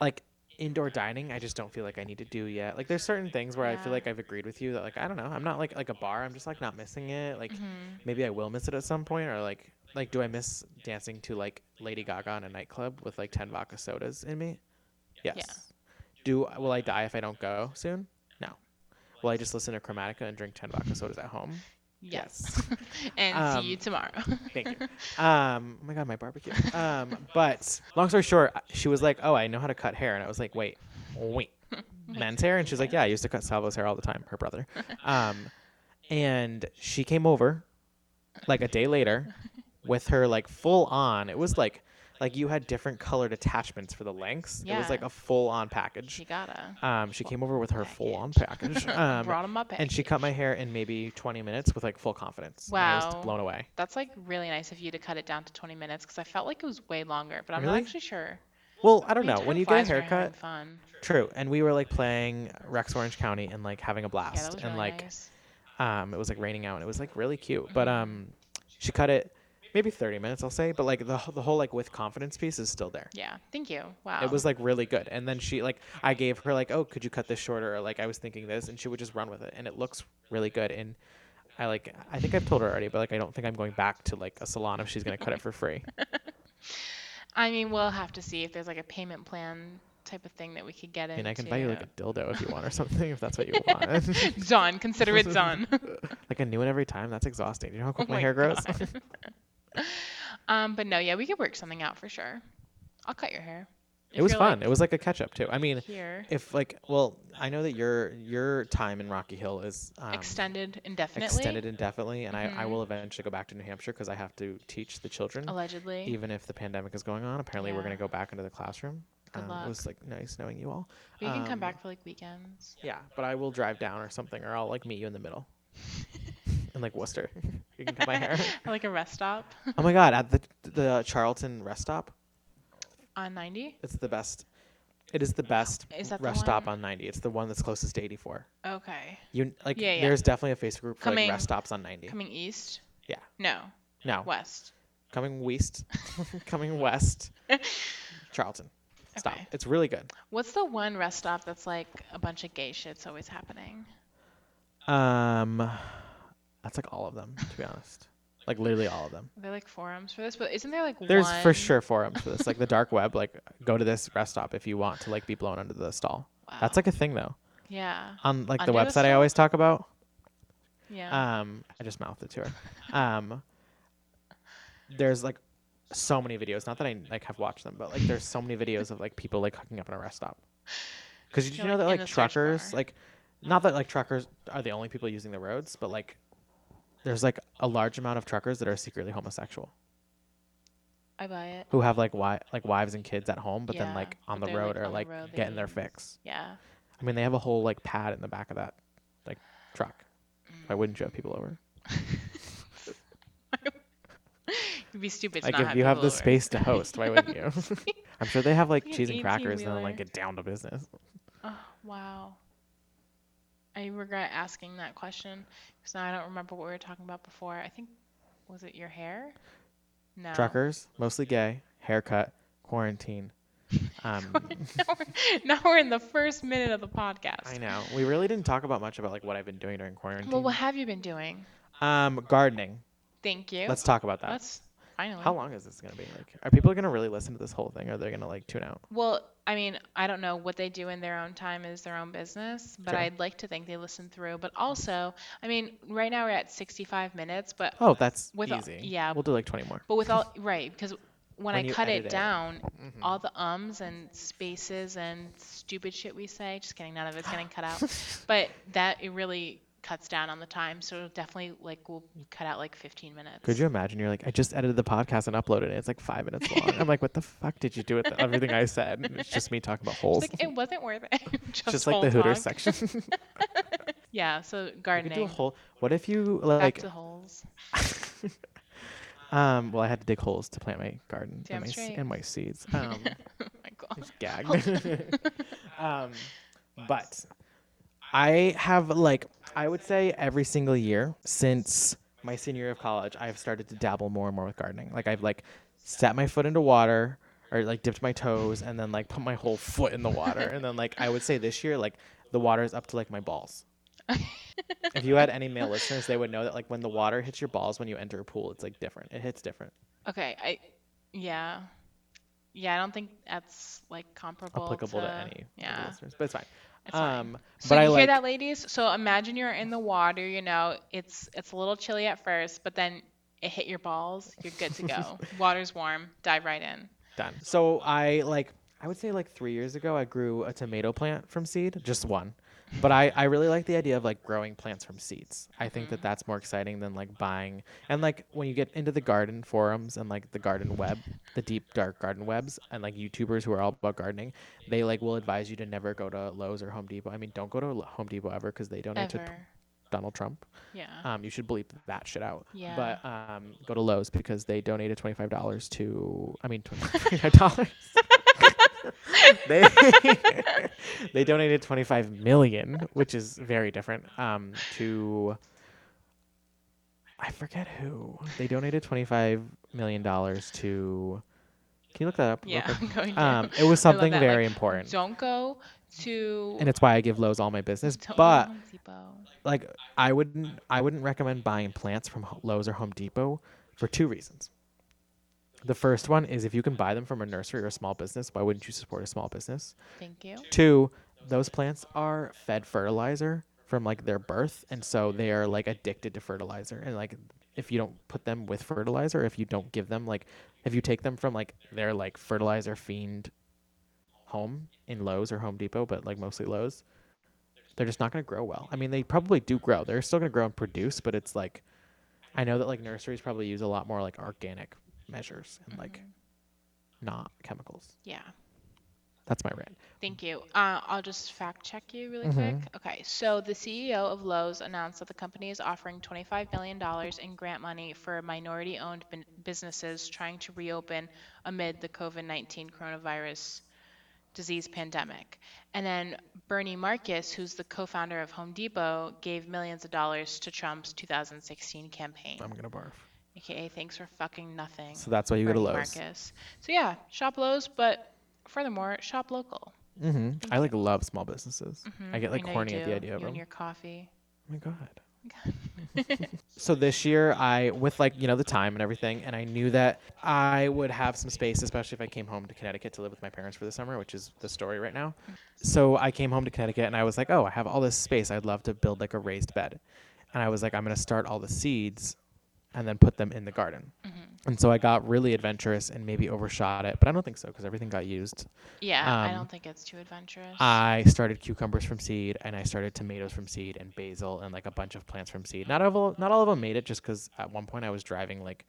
C: like indoor dining, I just don't feel like I need to do yet. Like there's certain things where I
B: Yeah.
C: feel like I've agreed with you that like I don't know, I'm not like like a bar, I'm just like not missing it. Like
B: Mhm.
C: maybe I will miss it at some point, or like, like, do I miss dancing to like Lady Gaga in a nightclub with like ten vodka sodas in me? Yes. Do will I die if I don't go soon? No. Will I just listen to Chromatica and drink ten vodka sodas at home?
B: Yes. and see you
C: Um,
B: tomorrow.
C: Thank you. Um, oh my god, my barbecue. Um, but long story short, I- she was like, "Oh, I know how to cut hair," and I was like, "Wait, wait, men's hair?" And she's like, "Yeah, I used to cut Salvo's hair all the time, her brother." Um, and she came over, like a day later, with her like full on. It was like, like you had different colored attachments for the lengths. It
B: Yeah.
C: was like a full on package.
B: you gotta.
C: Um, she came over with her full on package. Um,
B: Brought him up. eh?
C: and she cut my hair in maybe 20 minutes with like full confidence. And I
B: Wow.
C: was blown away.
B: That's like really nice of you to cut it down to 20 minutes because I felt like it was way longer, but I'm not
C: Really?
B: actually sure.
C: Well, I don't
B: I mean,
C: know.
B: time
C: When you get a
B: flies when you're having
C: haircut,
B: fun.
C: True, and we were like playing Rex Orange County and like having a
B: Yeah, that
C: blast,
B: was really
C: and like
B: nice. Mm-hmm.
C: um, it was like raining out, and it was like really cute. But um, she cut it maybe 30 minutes, I'll say, but like the wh- the whole like with confidence piece is still there.
B: Yeah, thank you. Wow.
C: It was like really good, and then she like I gave her like oh could you cut this shorter or like I was thinking this, and she would just run with it, and it looks really good. And I like I think I've told her already, but like I don't think I'm going back to like a salon if she's gonna cut it for free.
B: I mean, we'll have to see if there's like a payment plan type of thing that we could get
C: I
B: into.
C: mean, I can buy you like a dildo if you want or something, if that's what you want.
B: done. Consider it done.
C: like a new one every time. That's exhausting. Do you know how quick my,
B: my
C: hair grows?
B: um, but no, yeah, we could work something out for sure. I'll cut your hair.
C: it was fun. it was like a catch up too. I mean,
B: Here,
C: if like, well, I know that your your time in Rocky Hill is um,
B: extended indefinitely.
C: extended indefinitely, and I, I will eventually go back to New Hampshire because I have to teach the children.
B: Allegedly.
C: even if the pandemic is going on. Apparently, we're
B: Oh, Yeah.
C: going to go back into the classroom.
B: Good
C: um,
B: luck.
C: It was like nice knowing you all.
B: we can
C: Um,
B: come back for like weekends.
C: Yeah, but I will drive down or something, or I'll like meet you in the middle, in like Worcester. you can cut my hair.
B: Or, like a rest stop
C: Oh my God! At the the Charlton rest stop,
B: on 90.
C: it's the best. It is the best
B: Is that the
C: rest stop
B: one?
C: on 90. It's the one that's closest to 84.
B: Okay.
C: You like,
B: Yeah, yeah.
C: there's definitely a Facebook group for
B: Coming-
C: like rest stops on 90.
B: Coming east?
C: Yeah.
B: No,
C: no,
B: west.
C: coming west, coming west, Charlton. Stop.
B: Okay.
C: It's really good.
B: What's the one rest stop that's like a bunch of gay shit's always happening?
C: Um, that's like all of them, to be honest. Like literally all of them.
B: Are there like forums for this? But isn't there like
C: There's
B: one?
C: for sure forums for this. Like the dark web. Like go to this rest stop if you want to like be blown under the stall. That's
B: Wow.
C: like a thing though.
B: Yeah.
C: On like
B: Under
C: the
B: the
C: website I
B: stall?
C: always talk about.
B: Yeah.
C: Um, I just mouthed it to her. Um, there's like so many videos. Not that I like have watched them, but like there's so many videos of like people like hooking up in a rest stop. Because did you
B: You're,
C: know
B: like,
C: that
B: in
C: like
B: the search
C: truckers,
B: bar.
C: like, not that like truckers are the only people using the roads, but like there's like a large amount of truckers that are secretly homosexual
B: I buy it.
C: who have like wi- like wives and kids at home, but then
B: Yeah,
C: like on
B: but
C: the
B: they're, like,
C: road are
B: on the
C: like
B: road, they
C: getting their
B: need-
C: fix.
B: Yeah.
C: I mean, they have a whole like pad in the back of that like truck.
B: Mm.
C: Why wouldn't you have people over?
B: It'd be stupid to
C: Like
B: not
C: if you have the
B: people over.
C: space to host, why wouldn't you? I'm sure they have like
B: Be an
C: cheese and crackers and then like
B: 18-wheeler.
C: get down to business.
B: Oh, wow. I regret asking that question because now I don't remember what we were talking about before. I think was it your hair? No.
C: Truckers, mostly gay, haircut, quarantine. Um,
B: now, we're, now we're in the first minute of the podcast.
C: I know. We really didn't talk about much about like what I've been doing during quarantine.
B: Well, what have you been doing?
C: um, gardening.
B: Thank you.
C: Let's talk about that.
B: Let's finally.
C: How long is this gonna be? Like, are people gonna really listen to this whole thing? Or are they gonna like tune out?
B: Well, I mean, I don't know what they do in their own time is their own business, but
C: Sure.
B: I'd like to think they listen through. But also, I mean, right now we're at 65 minutes, but
C: Oh, that's
B: With all-
C: easy.
B: yeah.
C: We'll do like 20 more.
B: But with all right, because when,
C: When
B: I
C: you
B: cut
C: edit
B: it
C: it. Mm-hmm.
B: down, all the ums and spaces and stupid shit we say, just kidding, none of it's getting cut out. but that it really cuts down on the time, so definitely like we'll cut out like 15 minutes.
C: Could you imagine? You're like, I just edited the podcast and uploaded it. It's like five minutes long. I'm like, what the fuck did you do with everything I said? And it's just me talking about holes.
B: It's like it wasn't worth it. just
C: just like
B: whole
C: the Hooters
B: talk.
C: section.
B: Yeah, so
C: We could do a
B: gardening.
C: hole. What if you
B: Back
C: like?
B: to holes.
C: Um, well, I had to dig holes to plant my garden
B: Damn
C: and my, se-
B: straight.
C: and my seeds. Um,
B: oh my god.
C: gagged. um, but I have like I would say every single year since my senior year of college, I've started to dabble more and more with gardening. Like I've like set my foot into water or like dipped my toes and then like put my whole foot in the water and then like I would say this year like the water is up to like my balls. if you had any male listeners, they would know that like when the water hits your balls when you enter a pool, it's like different. It hits different.
B: Okay, I yeah. Yeah, I don't think that's like comparable
C: applicable to, any of the
B: Yeah.
C: listeners, but it's fine.
B: It's fine.
C: Um,
B: So
C: but I
B: you hear
C: like
B: that, ladies? So imagine you're in the water. You know, it's it's a little chilly at first, but then it hit your balls. You're good to go. Water's warm. Dive right in.
C: done. So I like I would say like three years ago I grew a tomato plant from seed, just one. But I, I really like the idea of like growing plants from seeds. I think that that's more exciting than like buying. And like when you get into the garden forums and like the garden web, the deep dark garden webs, and like YouTubers who are all about gardening, they like will advise you to never go to Lowe's or Home Depot. I mean, don't go to Lo- Home Depot ever because they donate to
B: Ever.
C: Donald Trump.
B: Yeah.
C: Um, you should bleep that shit out.
B: Yeah.
C: But um, go to Lowe's because they donated twenty five dollars to. I mean, twenty five dollars. they they donated twenty five million, which is very different. Um, to. I forget who they donated twenty five million dollars to. Can you look that up? real
B: yeah.
C: quick?
B: I'm going to.
C: Um, it was
B: I love
C: something
B: that,
C: very
B: like,
C: important,
B: Don't go to.
C: and it's why I give Lowe's all my business.
B: don't go to
C: But
B: Home Depot.
C: like I wouldn't I wouldn't recommend buying plants from Ho- Lowe's or Home Depot for two reasons. The first one is if you can buy them from a nursery or a small business, why wouldn't you support a small business?
B: Thank you.
C: Two, those plants are fed fertilizer from like their birth, and so they are like addicted to fertilizer. And like, if you don't put them with fertilizer, if you don't give them like, if you take them from like their like fertilizer fiend home in Lowe's or Home Depot, but like mostly Lowe's, they're just not going to grow well. I mean, they probably do grow. They're still going to grow and produce, but it's like, I know that like nurseries probably use a lot more like organic measures and like not chemicals.
B: Yeah.
C: That's my rant.
B: Thank you. Uh, I'll just fact check you really
C: Mm-hmm.
B: quick. Okay, so the CEO of Lowe's announced that the company is offering $25 million in grant money for minority owned bin- businesses trying to reopen amid the COVID 19 coronavirus disease pandemic. And then Bernie Marcus, who's the co founder of Home Depot, gave millions of dollars to Trump's 2016 campaign,
C: I'm going to barf.
B: aka Thanks for Fucking Nothing.
C: So that's why you go to
B: Bernie
C: Lowe's.
B: Marcus. So yeah, shop Lowe's, but furthermore, shop local.
C: hmm I like love small businesses. I get like
B: Mm-hmm. know you
C: horny at the
B: do.
C: idea of
B: you
C: them.
B: and your coffee.
C: Oh my god. so this year I with like, you know, the time and everything and I knew that I would have some space especially if I came home to Connecticut to live with my parents for the summer, which is the story right now. So I came home to Connecticut and I was like, "Oh, I have all this space. I'd love to build like a raised bed." And I was like, "I'm going to start all the seeds and then put them in the garden."
B: Mm-hmm.
C: And so I got really adventurous and maybe overshot it, but I don't think so because everything got used.
B: Yeah, I
C: Um, uh,
B: don't think it's too adventurous.
C: I started cucumbers from seed, and I started tomatoes from seed, and basil, and like a bunch of plants from seed. Not all, not all of them made it, just because at one point I was driving like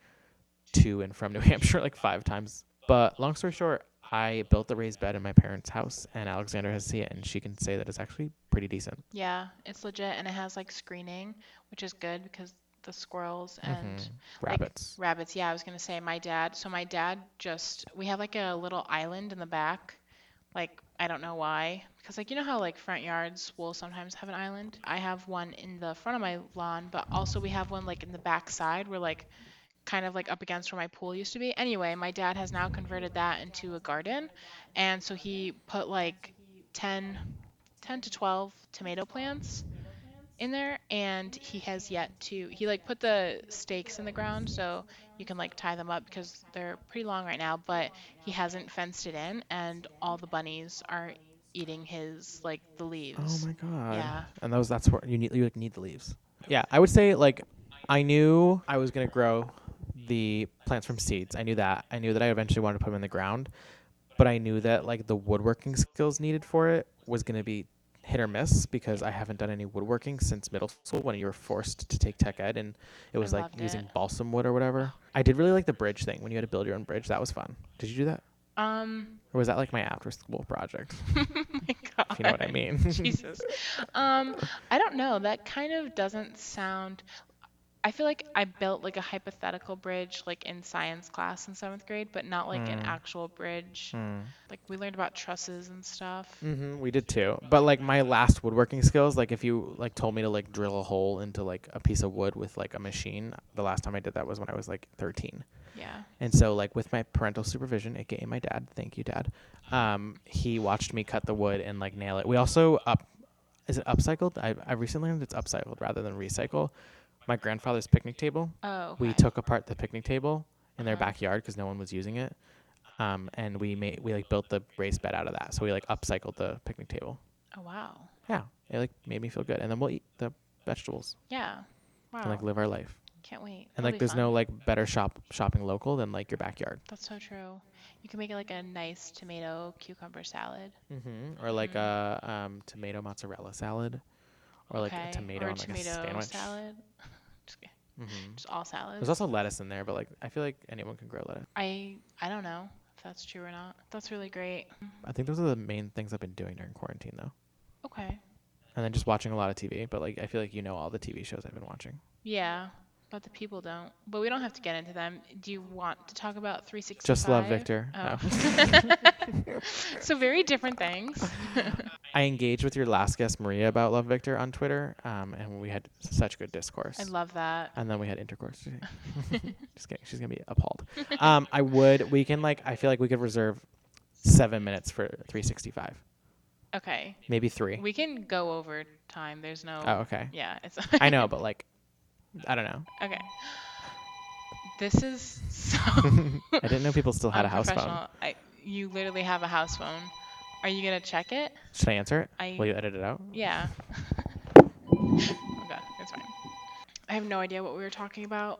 C: to and from New Hampshire like five times. But long story short, I built the raised bed in my parents' house, and Alexander has seen it, and she can say that it's actually pretty decent.
B: yeah, it's legit and it has like screening, which is good because the squirrels and
C: Mm-hmm.
B: like,
C: Rabbits.
B: rabbits. Yeah, I was gonna say my dad. So my dad just we have like a little island in the back. Like I don't know why, because like you know how like front yards will sometimes have an island. I have one in the front of my lawn, but also we have one like in the back side where like kind of like up against where my pool used to be. Anyway, my dad has now converted that into a garden, and so he put like 10, 10 to 12 tomato plants in there and he has yet to he like put the stakes in the ground so you can like tie them up because they're pretty long right now but he hasn't fenced it in and all the bunnies are eating his like the
C: Oh
B: leaves
C: my god.
B: Yeah.
C: And those that's where you need you like need the leaves. Yeah, I would say like I knew I was gonna grow the plants from seeds. I knew that. I knew that I eventually wanted to put them in the ground, but I knew that like the woodworking skills needed for it was gonna be hit or miss because I haven't done any woodworking since middle school when you were forced to take tech ed and it was like
B: loved
C: using
B: it.
C: balsam wood or whatever. I did really like the bridge thing when you had to build your own bridge. That was fun. Did you do that?
B: um
C: Or was that like my after school project?
B: my god
C: If you know what I mean.
B: jesus um i don't know that kind of doesn't sound i feel like i built like a hypothetical bridge like in science class in seventh grade but not like
C: Hmm.
B: an actual bridge like we learned about trusses and stuff
C: hmm we did too. But like my last woodworking skills, like if you like told me to like drill a hole into like a piece of wood with like a machine, the last time I did that was when I was like 13.
B: yeah
C: And so like with my parental supervision, aka my dad, thank you dad. Um, he watched me cut the wood and like nail it. We also up is it upcycled? I I recently learned it's upcycled rather than recycle. My grandfather's picnic table.
B: Oh,
C: We
B: okay.
C: took apart the picnic table in
B: Uh-huh.
C: their backyard because no one was using it. Um, and we made we like built the raised bed out of that. So we like upcycled the picnic table.
B: Oh wow.
C: Yeah, it like made me feel good. And then we'll eat the vegetables
B: Yeah. Wow.
C: and like live our life.
B: Can't wait.
C: And
B: That'll
C: like
B: be
C: there's
B: fun.
C: no like better shop shopping local than like your backyard.
B: That's so true. You can make it like a nice tomato cucumber salad.
C: Mm-hmm. Or like a um, tomato mozzarella salad, or like
B: okay?
C: a tomato
B: or a
C: on like
B: tomato
C: a sandwich.
B: salad. just, kidding.
C: Mhm.
B: Just all salads.
C: There's also lettuce in there, but like I feel like anyone can grow lettuce.
B: I I don't know if that's true or not. That's really great.
C: I think those are the main things I've been doing during quarantine though,
B: Okay.
C: and then just watching a lot of TV. But like I feel like you know all the TV shows I've been watching.
B: Yeah. But the people don't. But we don't have to get into them. Do you want to talk about 365?
C: Just love Victor.
B: Oh.
C: No.
B: so very different things.
C: I engaged with your last guest Maria about Love Victor on Twitter, um, and we had such good discourse.
B: I love that.
C: and then we had intercourse. Just kidding. She's gonna be appalled. Um, I would. We can like. I feel like we could reserve seven minutes for 365.
B: Okay.
C: Maybe three.
B: We can go over time. There's no
C: oh, okay.
B: Yeah, it's
C: I know, but like, I don't know.
B: Okay. This is so.
C: I didn't know people still had a house phone.
B: unprofessional. I, you literally have a house phone. Are you gonna check it?
C: Should I answer it?
B: I-
C: Will you edit it out?
B: Yeah. oh god, it's fine. I have no idea what we were talking about.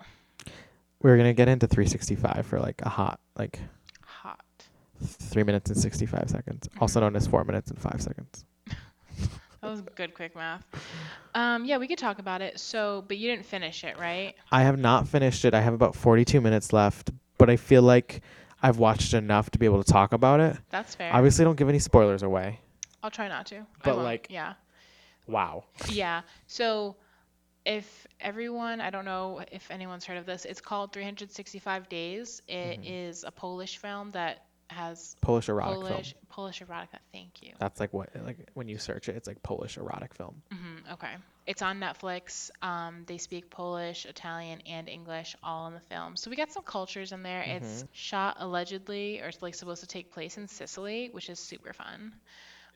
C: We were gonna get into 365 for like a hot like
B: Hot.
C: three minutes and 65 seconds, also
B: Mm-hmm.
C: known as four minutes and five seconds.
B: That was good, quick math. Um, yeah, we could talk about it. So, but you didn't finish it, right?
C: I have not finished it. I have about 42 minutes left, but I feel like I've watched enough to be able to talk about it.
B: That's fair.
C: Obviously, don't give any spoilers away.
B: I'll try not to. I
C: But,
B: won't.
C: like-
B: yeah,
C: Wow.
B: yeah. So, if everyone, I don't know if anyone's heard of this. It's called 365 Days. It is a Polish film that has
C: Polish Mm-hmm. erotic film.
B: Polish Polish erotica. Thank you.
C: That's like what like when you search it, it's like Polish erotic film.
B: Mhm, okay. It's on Netflix. Um, they speak Polish, Italian, and English all in the film. So we got some cultures in there.
C: Mm-hmm.
B: It's shot allegedly, or it's like supposed to take place in Sicily, which is super fun.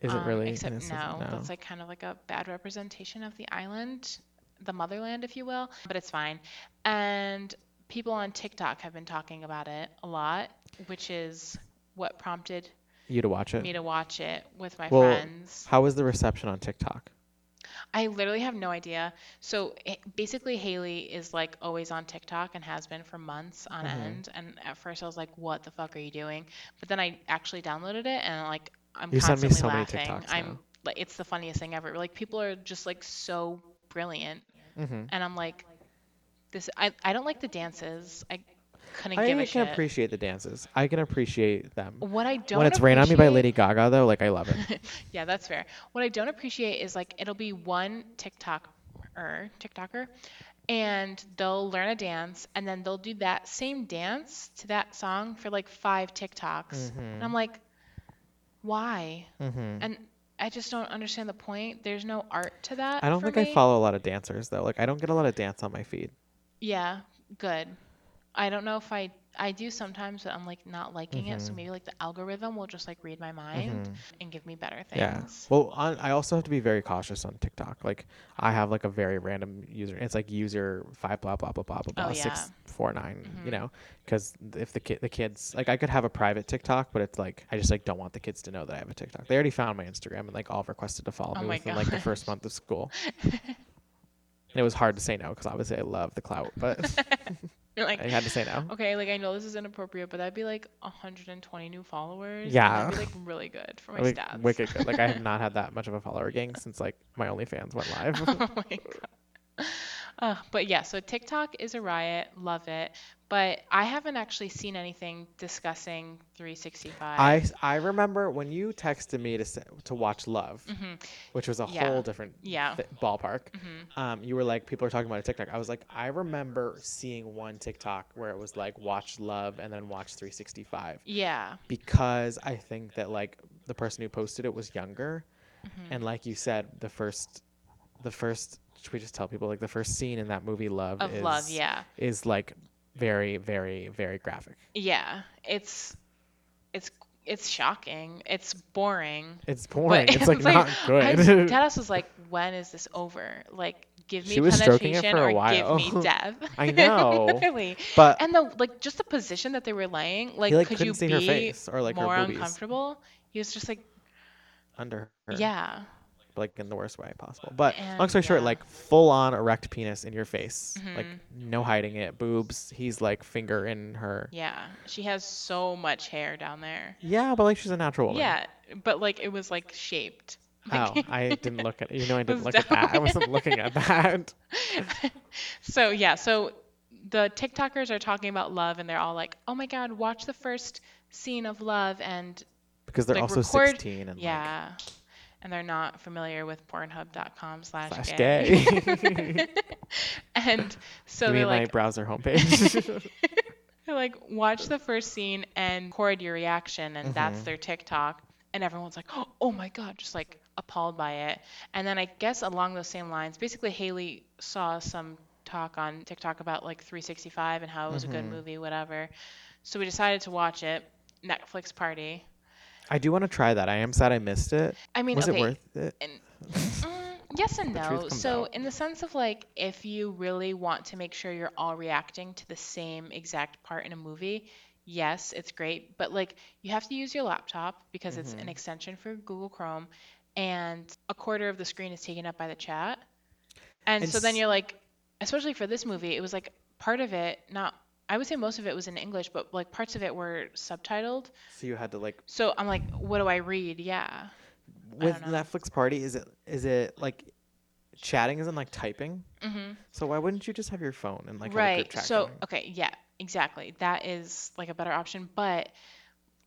C: Is it
B: Um,
C: really?
B: Except
C: This is-
B: no,
C: no.
B: that's like kind of like a bad representation of the island, the motherland, if you will. But it's fine. And people on TikTok have been talking about it a lot, which is what prompted
C: you to watch it.
B: me to watch it with my
C: Well,
B: friends.
C: How was the reception on TikTok?
B: I literally have no idea. So h- basically, Haley is like always on TikTok and has been for months on
C: Mm-hmm.
B: end. And at first, I was like, "What the fuck are you doing?" But then I actually downloaded it and like I'm
C: You send me
B: constantly
C: so many
B: laughing.
C: TikToks
B: I'm
C: now.
B: like, it's the funniest thing ever. Like people are just like so brilliant,
C: Mm-hmm.
B: and I'm like, this. I I don't like the dances. I couldn't
C: I
B: give
C: can
B: a shit.
C: appreciate the dances. I can appreciate them.
B: what I don't
C: When it's "Rain on Me" by
B: appreciate-
C: Lady Gaga, though, like I love it.
B: yeah, that's fair. What I don't appreciate is like it'll be one TikToker, TikToker, and they'll learn a dance, and then they'll do that same dance to that song for like five TikToks, and
C: Mm-hmm.
B: I'm like, why?
C: Mhm.
B: And I just don't understand the point. There's no art to that.
C: I don't
B: for
C: think I
B: me.
C: follow a lot of dancers though. Like I don't get a lot of dance on my feed.
B: Yeah, good. I don't know if I I do sometimes, but I'm like not liking it.
C: Mm-hmm.
B: So maybe like the algorithm will just like read my mind and give me better things.
C: Yeah. Well, on, I also have to be very cautious on TikTok. Like I have like a very random user. It's like user five blah blah blah blah blah
B: Oh, Mm-hmm.
C: blah six four nine. You know, because if the kid the kids like I could have a private TikTok, but it's like I just like don't want the kids to know that I have a TikTok. They already found my Instagram and like all requested to follow
B: Oh
C: me
B: my
C: within like the first month of school. and it was hard to say no because obviously I love the clout, but
B: You're like,
C: I had to say no.
B: Okay, like I know this is inappropriate, but that'd be like 120 new followers. and
C: Yeah.
B: that'd be like really good for my
C: Like,
B: stats.
C: wicked good. Like I have not had that much of a follower gang since like my OnlyFans went live.
B: oh my god. Uh, but yeah, so TikTok is a riot. Love it. But I haven't actually seen anything discussing 365.
C: I I remember when you texted me to s- to watch Love, which was a
B: Mm-hmm. Yeah.
C: whole different
B: Yeah. Mm-hmm.
C: thi- ballpark. Um, you were like, people are talking about a TikTok. I was like, I remember seeing one TikTok where it was like, watch Love and then watch 365
B: yeah.
C: because I think that like the person who posted it was younger,
B: Mm-hmm.
C: and like you said, the first, the first. Should we just tell people like the first scene in that movie Love
B: Of
C: is
B: love, yeah.
C: is like very very very graphic.
B: Yeah. It's it's it's shocking. It's boring.
C: It's boring. It's, like, not
B: I-
C: good.
B: Dennis was like, "When is this over? Like, give me
C: She was stroking it
B: penetration
C: for a
B: or give
C: while.
B: me death."
C: I know.
B: Literally.
C: But-
B: and the like, just the position that they were laying, like,
C: He, like,
B: could
C: couldn't
B: you
C: see
B: be
C: her face or, like, her
B: more
C: boobies.
B: uncomfortable? He was just like,
C: under her.
B: "Yeah,
C: Like in the worst way possible. But long
B: And, uh,
C: story short,
B: yeah.
C: like full on erect penis in your face. Like
B: Mm-hmm.
C: no hiding it. Boobs. He's like finger in her.
B: yeah." She has so much hair down there.
C: Yeah, but like she's a natural woman.
B: Yeah, but like it was like shaped.
C: Oh, I didn't look at you know I didn't
B: was
C: look at that. I
B: down.
C: wasn't looking at that.
B: So yeah, so the TikTokers are talking about love, and they're all like, "Oh my God, watch the first scene of love and."
C: Because they're
B: like
C: also
B: record,
C: sixteen and like
B: yeah and they're not familiar with pornhub.com slash
C: slash
B: gay
C: gay.
B: and so
C: you
B: they're
C: mean my
B: like
C: browser homepage?
B: they're like watch the first scene and record your reaction
C: Mm-hmm.
B: and that's their tiktok and everyone's like oh my god just like appalled by it and then i guess along those same lines basically haley saw some talk on tiktok about like 365 and how it was a
C: Mm-hmm.
B: good movie whatever so we decided to watch it netflix party
C: I do want to try that. I am sad I missed it.
B: i mean
C: Was
B: okay
C: it worth it?
B: and Mm, Yes and
C: the truth
B: no.
C: comes
B: So,
C: out.
B: in the sense of like, if you really want to make sure you're all reacting to the same exact part in a movie, yes, it's great. But like, you have to use your laptop because it's
C: Mm-hmm.
B: an extension for Google Chrome, and a quarter of the screen is taken up by the chat. And,
C: And
B: so then
C: s-
B: you're like, especially for this movie, it was like part of it, not, I would say most of it was in English, but like parts of it were subtitled.
C: So you had to like
B: So I'm like, what do I read? Yeah.
C: with
B: don't know.
C: Netflix Party. Is it is it like chatting isn't like typing?
B: hmm
C: So why wouldn't you just have your phone and like have a group
B: right
C: chat
B: so
C: going?
B: okay yeah exactly that is like a better option but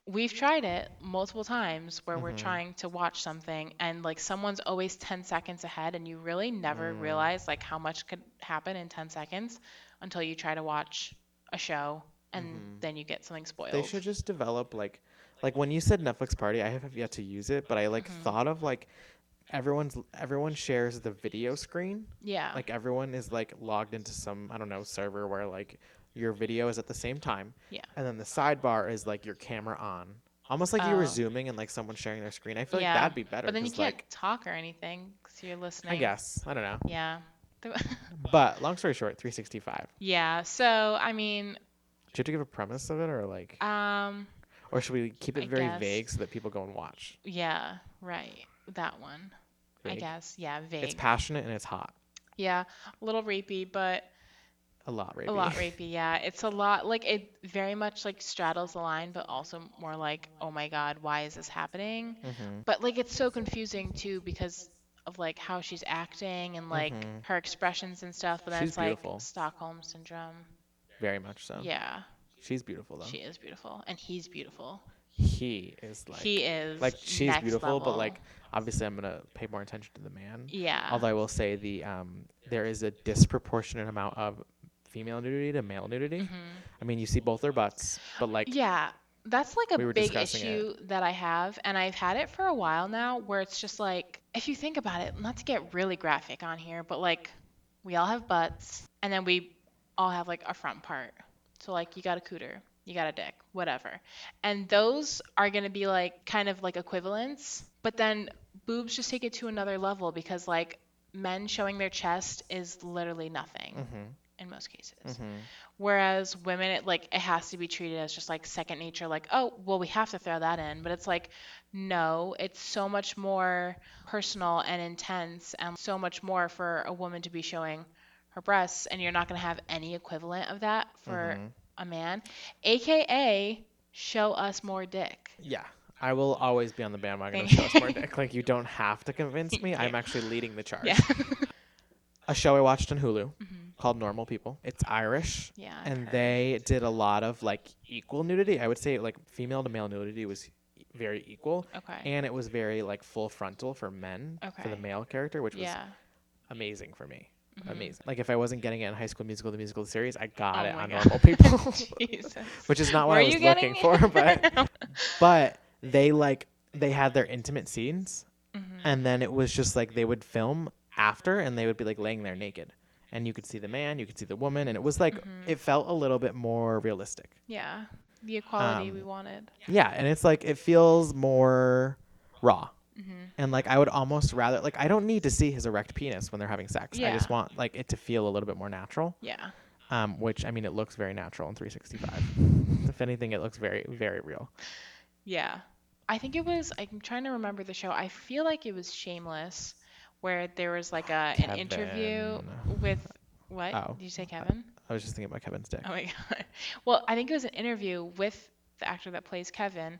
B: we've tried it multiple times where we're
C: Mhm.
B: trying to watch something and like someone's always 10 seconds ahead and you really never
C: Mm.
B: realize like how much could happen in 10 seconds until you try to watch a show and
C: Mhm.
B: then you get something spoiled
C: They should just develop like like when you said Netflix party, I have yet to use it, but I like
B: Mhm.
C: thought of like everyone's everyone shares the video screen.
B: yeah
C: Like everyone is like logged into some I don't know server where like your video is at the same time.
B: Yeah.
C: And then the sidebar is like your camera on. Almost like you were
B: Oh.
C: zooming and like someone sharing their screen. I feel
B: Yeah,
C: like that'd be better.
B: but then you
C: 'cause,
B: can't
C: Like,
B: talk or anything because you're listening
C: I guess I don't know.
B: yeah
C: But long story short, 365.
B: yeah so i mean
C: Do you have to give a premise of it or like,
B: um
C: or should we keep
B: I
C: it very
B: guess.
C: vague so that people go and watch?
B: Yeah, right. That one. I
C: Vague.
B: guess. Yeah, vague.
C: It's passionate and it's hot.
B: yeah, a little rapey, but
C: A lot, rapey.
B: a lot rapey. Yeah, it's a lot like it very much like straddles the line, but also more like, oh my god, why is this happening?
C: Mhm.
B: But like it's so confusing too because of like how she's acting and like
C: Mhm.
B: her expressions and stuff. But then
C: She's
B: it's like
C: beautiful. Oh.
B: Stockholm syndrome.
C: Very much so.
B: Yeah,
C: She's beautiful though.
B: she is beautiful, and he's beautiful.
C: he is like.
B: he is
C: like she's
B: next
C: beautiful, but
B: level.
C: like obviously I'm gonna pay more attention to the man.
B: yeah,
C: Although I will say the um there is a disproportionate amount of female nudity to male nudity. I mean you see both their butts, but like
B: Mm-hmm. Yeah, that's like a
C: We were
B: big
C: discussing it.
B: issue that I have, and I've had it for a while now, where it's just like, if you think about it, not to get really graphic on here, but like, we all have butts, and then we all have like a front part. So like, you got a cooter, you got a dick, whatever, and those are gonna be like kind of like equivalents, but then boobs just take it to another level because like men showing their chest is literally nothing
C: mm-hmm,
B: in most cases.
C: mm-hmm.
B: Whereas women, it like it has to be treated as just like second nature. Like, oh, well, we have to throw that in. But it's like, no, it's so much more personal and intense, and so much more for a woman to be showing her breasts, and you're not gonna have any equivalent of that for
C: Mhm.
B: a man, aka show us more dick.
C: Yeah. I will always be on the bandwagon of
B: Thank-
C: show us more dick. Like you don't have to convince me. I'm
B: Yeah.
C: actually leading the charge.
B: Yeah,
C: A show I watched on Hulu
B: Mhm.
C: called Normal People. It's Irish.
B: yeah. I've
C: and
B: heard.
C: they did a lot of like equal nudity. I would say like female to male nudity was e- very equal,
B: okay.
C: and it was very like full frontal for men for the
B: Okay.
C: male character, which was
B: yeah. Mm-hmm.
C: amazing for me. Amazing. Like if I wasn't getting it in High School Musical, the musical series, I got
B: Oh
C: it
B: my
C: on
B: God.
C: Normal People,
B: Jesus.
C: which is not
B: Were
C: what I
B: you
C: was
B: getting
C: looking
B: it?
C: for, but but they like they had their intimate scenes,
B: Mhm.
C: and then it was just like they would film after, and they would be like laying there naked. And you could see the man, you could see the woman, and it was like it felt a little bit more realistic.
B: Yeah, the equality we
C: Um,
B: wanted.
C: Yeah, and it's like it feels more raw.
B: Mhm.
C: And like I would almost rather like I don't need to see his erect penis when they're having sex. I just
B: Yeah.
C: want like it to feel a little bit more natural.
B: Yeah.
C: Um, which I mean it looks very natural in 365. if anything, it looks very very real.
B: Yeah. I think it was I'm trying to remember the show. I feel like it was Shameless where there was like a an interview
C: Kevin.
B: with what?
C: Oh.
B: Did you say Kevin?
C: I was just thinking about Kevin's dick.
B: Oh my god. Well, I think it was an interview with the actor that plays Kevin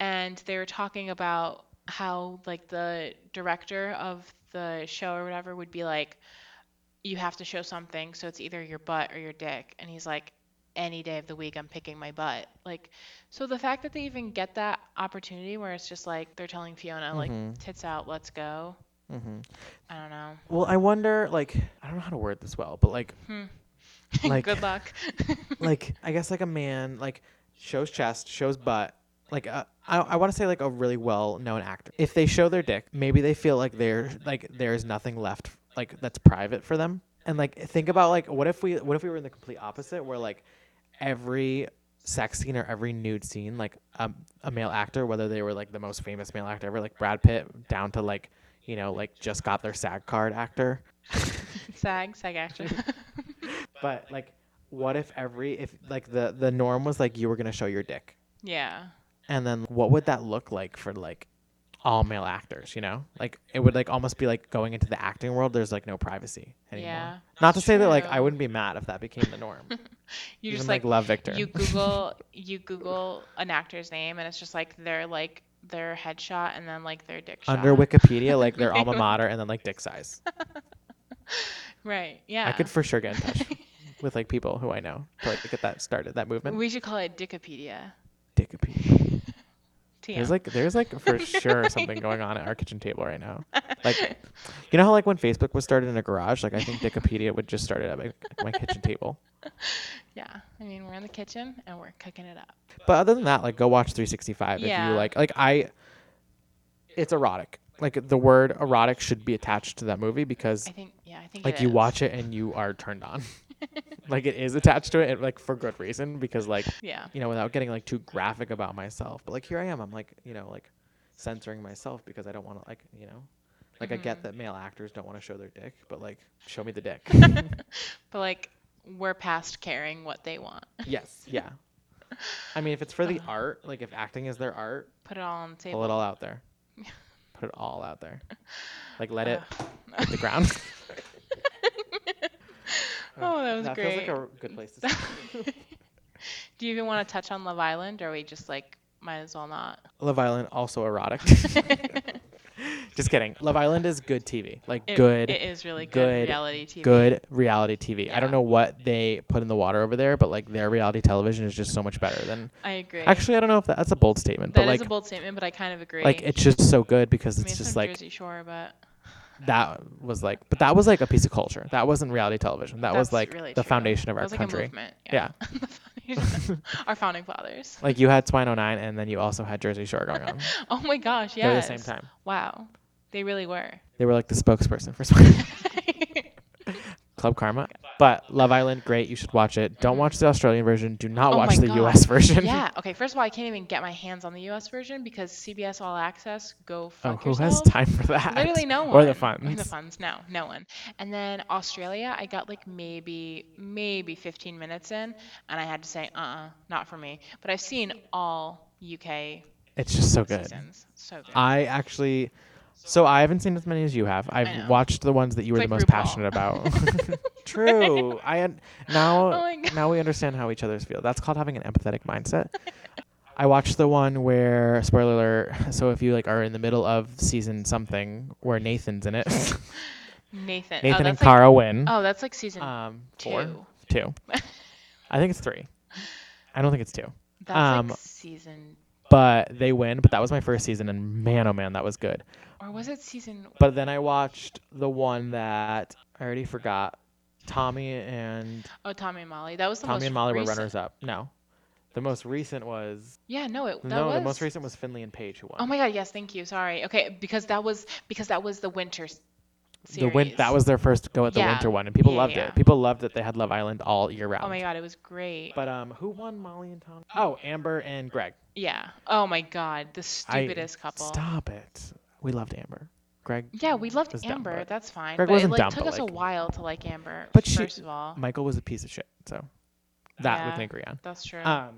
B: and they were talking about how like the director of the show or whatever would be like you have to show something so it's either your butt or your dick and he's like any day of the week i'm picking my butt like so the fact that they even get that opportunity where it's just like they're telling fiona
C: Mhm.
B: like tits out let's go
C: hmm
B: i don't know
C: Well, I wonder like I don't know how to word this well, but like Like-
B: good luck
C: like I guess like a man like shows chest, shows butt. Like a, I, I want to say like a really well known actor. If they show their dick, maybe they feel like there like there is nothing left like that's private for them. And like think about like what if we what if we were in the complete opposite where like every sex scene or every nude scene like um, a male actor whether they were like the most famous male actor ever like Brad Pitt down to like you know, like just got their SAG card actor.
B: Sag, sag action.
C: But like, what if every if like the the norm was like you were gonna show your dick,
B: yeah.
C: and then what would that look like for like all male actors? You know, like it would like almost be like going into the acting world. There's like no privacy anymore.
B: Yeah.
C: Not to say that like
B: True.
C: I wouldn't be mad if that became the norm.
B: You
C: Even,
B: just
C: like,
B: like,
C: Love Victor.
B: You Google you Google an actor's name and it's just like their like their headshot and then like their dick shot.
C: Under Wikipedia, like their alma mater, and then like dick size.
B: Right. Yeah.
C: I could for sure get in touch with like people who I know to like get that started, that movement.
B: we should call it Dickopedia.
C: Dickopedia.
B: TM.
C: There's like there's like for sure something going on at our kitchen table right now. Like you know how like when Facebook was started in a garage, like I think Dickopedia would just start it at my, my kitchen table.
B: yeah. I mean, we're in the kitchen and we're cooking it up.
C: But other than that, like go watch 365 if
B: Yeah.
C: you like. Like I it's erotic. Like the word erotic should be attached to that movie because
B: I think yeah, I think
C: like
B: it
C: you
B: is.
C: watch it and you are turned on. like it is attached to it and like for good reason because like
B: Yeah.
C: you know, without getting like too graphic about myself. But like here I am, I'm like, you know, like censoring myself because I don't want to like, you know, like I
B: Mm-hmm.
C: get that male actors don't want to show their dick, but like show me the dick.
B: But like we're past caring what they want.
C: yes, yeah. I mean, if it's for the art, like if acting is their art,
B: Put it all on the table.
C: pull it all out there. Put it all out there. Like let it hit the ground.
B: Oh, that was
C: that
B: great.
C: feels like a good place to start.
B: Do you even want to touch on Love Island or we just like might as well not?
C: Love Island also erotic. Just kidding. Love Island is good TV. Like
B: It-
C: good.
B: It is really good,
C: good,
B: reality TV.
C: good reality TV. I don't
B: Yeah.
C: know what they put in the water over there, but like their reality television is just so much better than.
B: I agree.
C: Actually, I don't know if that, that's a bold statement,
B: that
C: but
B: is
C: like,
B: a bold statement, but I kind of agree.
C: like it's just so good because
B: I
C: it's
B: mean, it's
C: just
B: from
C: like
B: Jersey Shore, but
C: that was like, but that was like a piece of culture. That wasn't reality television. That was
B: that's
C: like
B: really
C: the
B: true.
C: foundation of
B: That
C: our
B: was like a
C: country.
B: movement.
C: yeah.
B: The foundation- our founding fathers.
C: Like you had Swine 09, and then you also had Jersey Shore going on.
B: Oh my gosh,
C: They're the
B: yes.
C: same time.
B: Wow, they really were.
C: They were like the spokesperson for Swine Club Karma. But Love Island, great. You should watch it. Don't watch the Australian version. Do not
B: Mm-hmm. Oh
C: watch
B: my
C: the
B: God.
C: U.S. version.
B: yeah. Okay. First of all, I can't even get my hands on the U.S. version because CBS All Access. Go
C: Oh,
B: fuck
C: who
B: yourself.
C: has time for that?
B: Literally no one.
C: Or the funds.
B: the funds. No, no one. And then Australia, I got like maybe maybe 15 minutes in, and I had to say, uh-uh, not for me. But I've seen all UK
C: It's just so Oh, good. Uh,
B: seasons. So good.
C: I actually, so I haven't seen as many as you have.
B: I
C: I've
B: know.
C: watched the ones that you were
B: It's
C: the
B: like
C: most
B: RuPaul.
C: passionate about. True. I un- now
B: Oh my God.
C: now we understand how each other's feel. That's called having an empathetic mindset. I watched the one where spoiler alert. So if you like are in the middle of season something where Nathan's in it,
B: Nathan. oh,
C: Nathan and
B: that's Oh, like,
C: Kara win.
B: Oh, that's like season.
C: um,
B: two.
C: Two. I think it's three. I don't think it's two.
B: that's
C: um,
B: like season.
C: But they win. But that was my first season, and man, oh man, that was good.
B: Or was it season?
C: But then I watched the one that I already forgot. Tommy and
B: Oh, Tommy and Molly. That was the
C: Tommy
B: most
C: and Molly
B: recent.
C: were runners up. No, the most recent was
B: Yeah. No. It. That
C: no.
B: was.
C: The most recent was Finley and Paige who won.
B: Oh my God. Yes. Thank you. Sorry. Okay. Because that was because that was the winter. s-
C: the
B: Series.
C: win- that was their first go at the
B: Yeah.
C: winter one, and people
B: Yeah,
C: loved
B: yeah.
C: it. People loved that they had Love Island all year round.
B: Oh my God. It was great.
C: But um, who won Molly and Tommy? Oh, Amber and Greg.
B: Yeah. Oh my God, the stupidest
C: I,
B: couple.
C: Stop it. We loved Amber. Greg.
B: Yeah, we loved
C: was dumb,
B: Amber.
C: but-
B: That's fine.
C: Greg
B: but
C: wasn't
B: it like
C: dumb,
B: took
C: but,
B: us
C: like-
B: a while to like Amber.
C: But she-
B: first of all,
C: Michael was a piece of shit. So that we
B: Yeah.
C: can agree on.
B: that's true.
C: Um,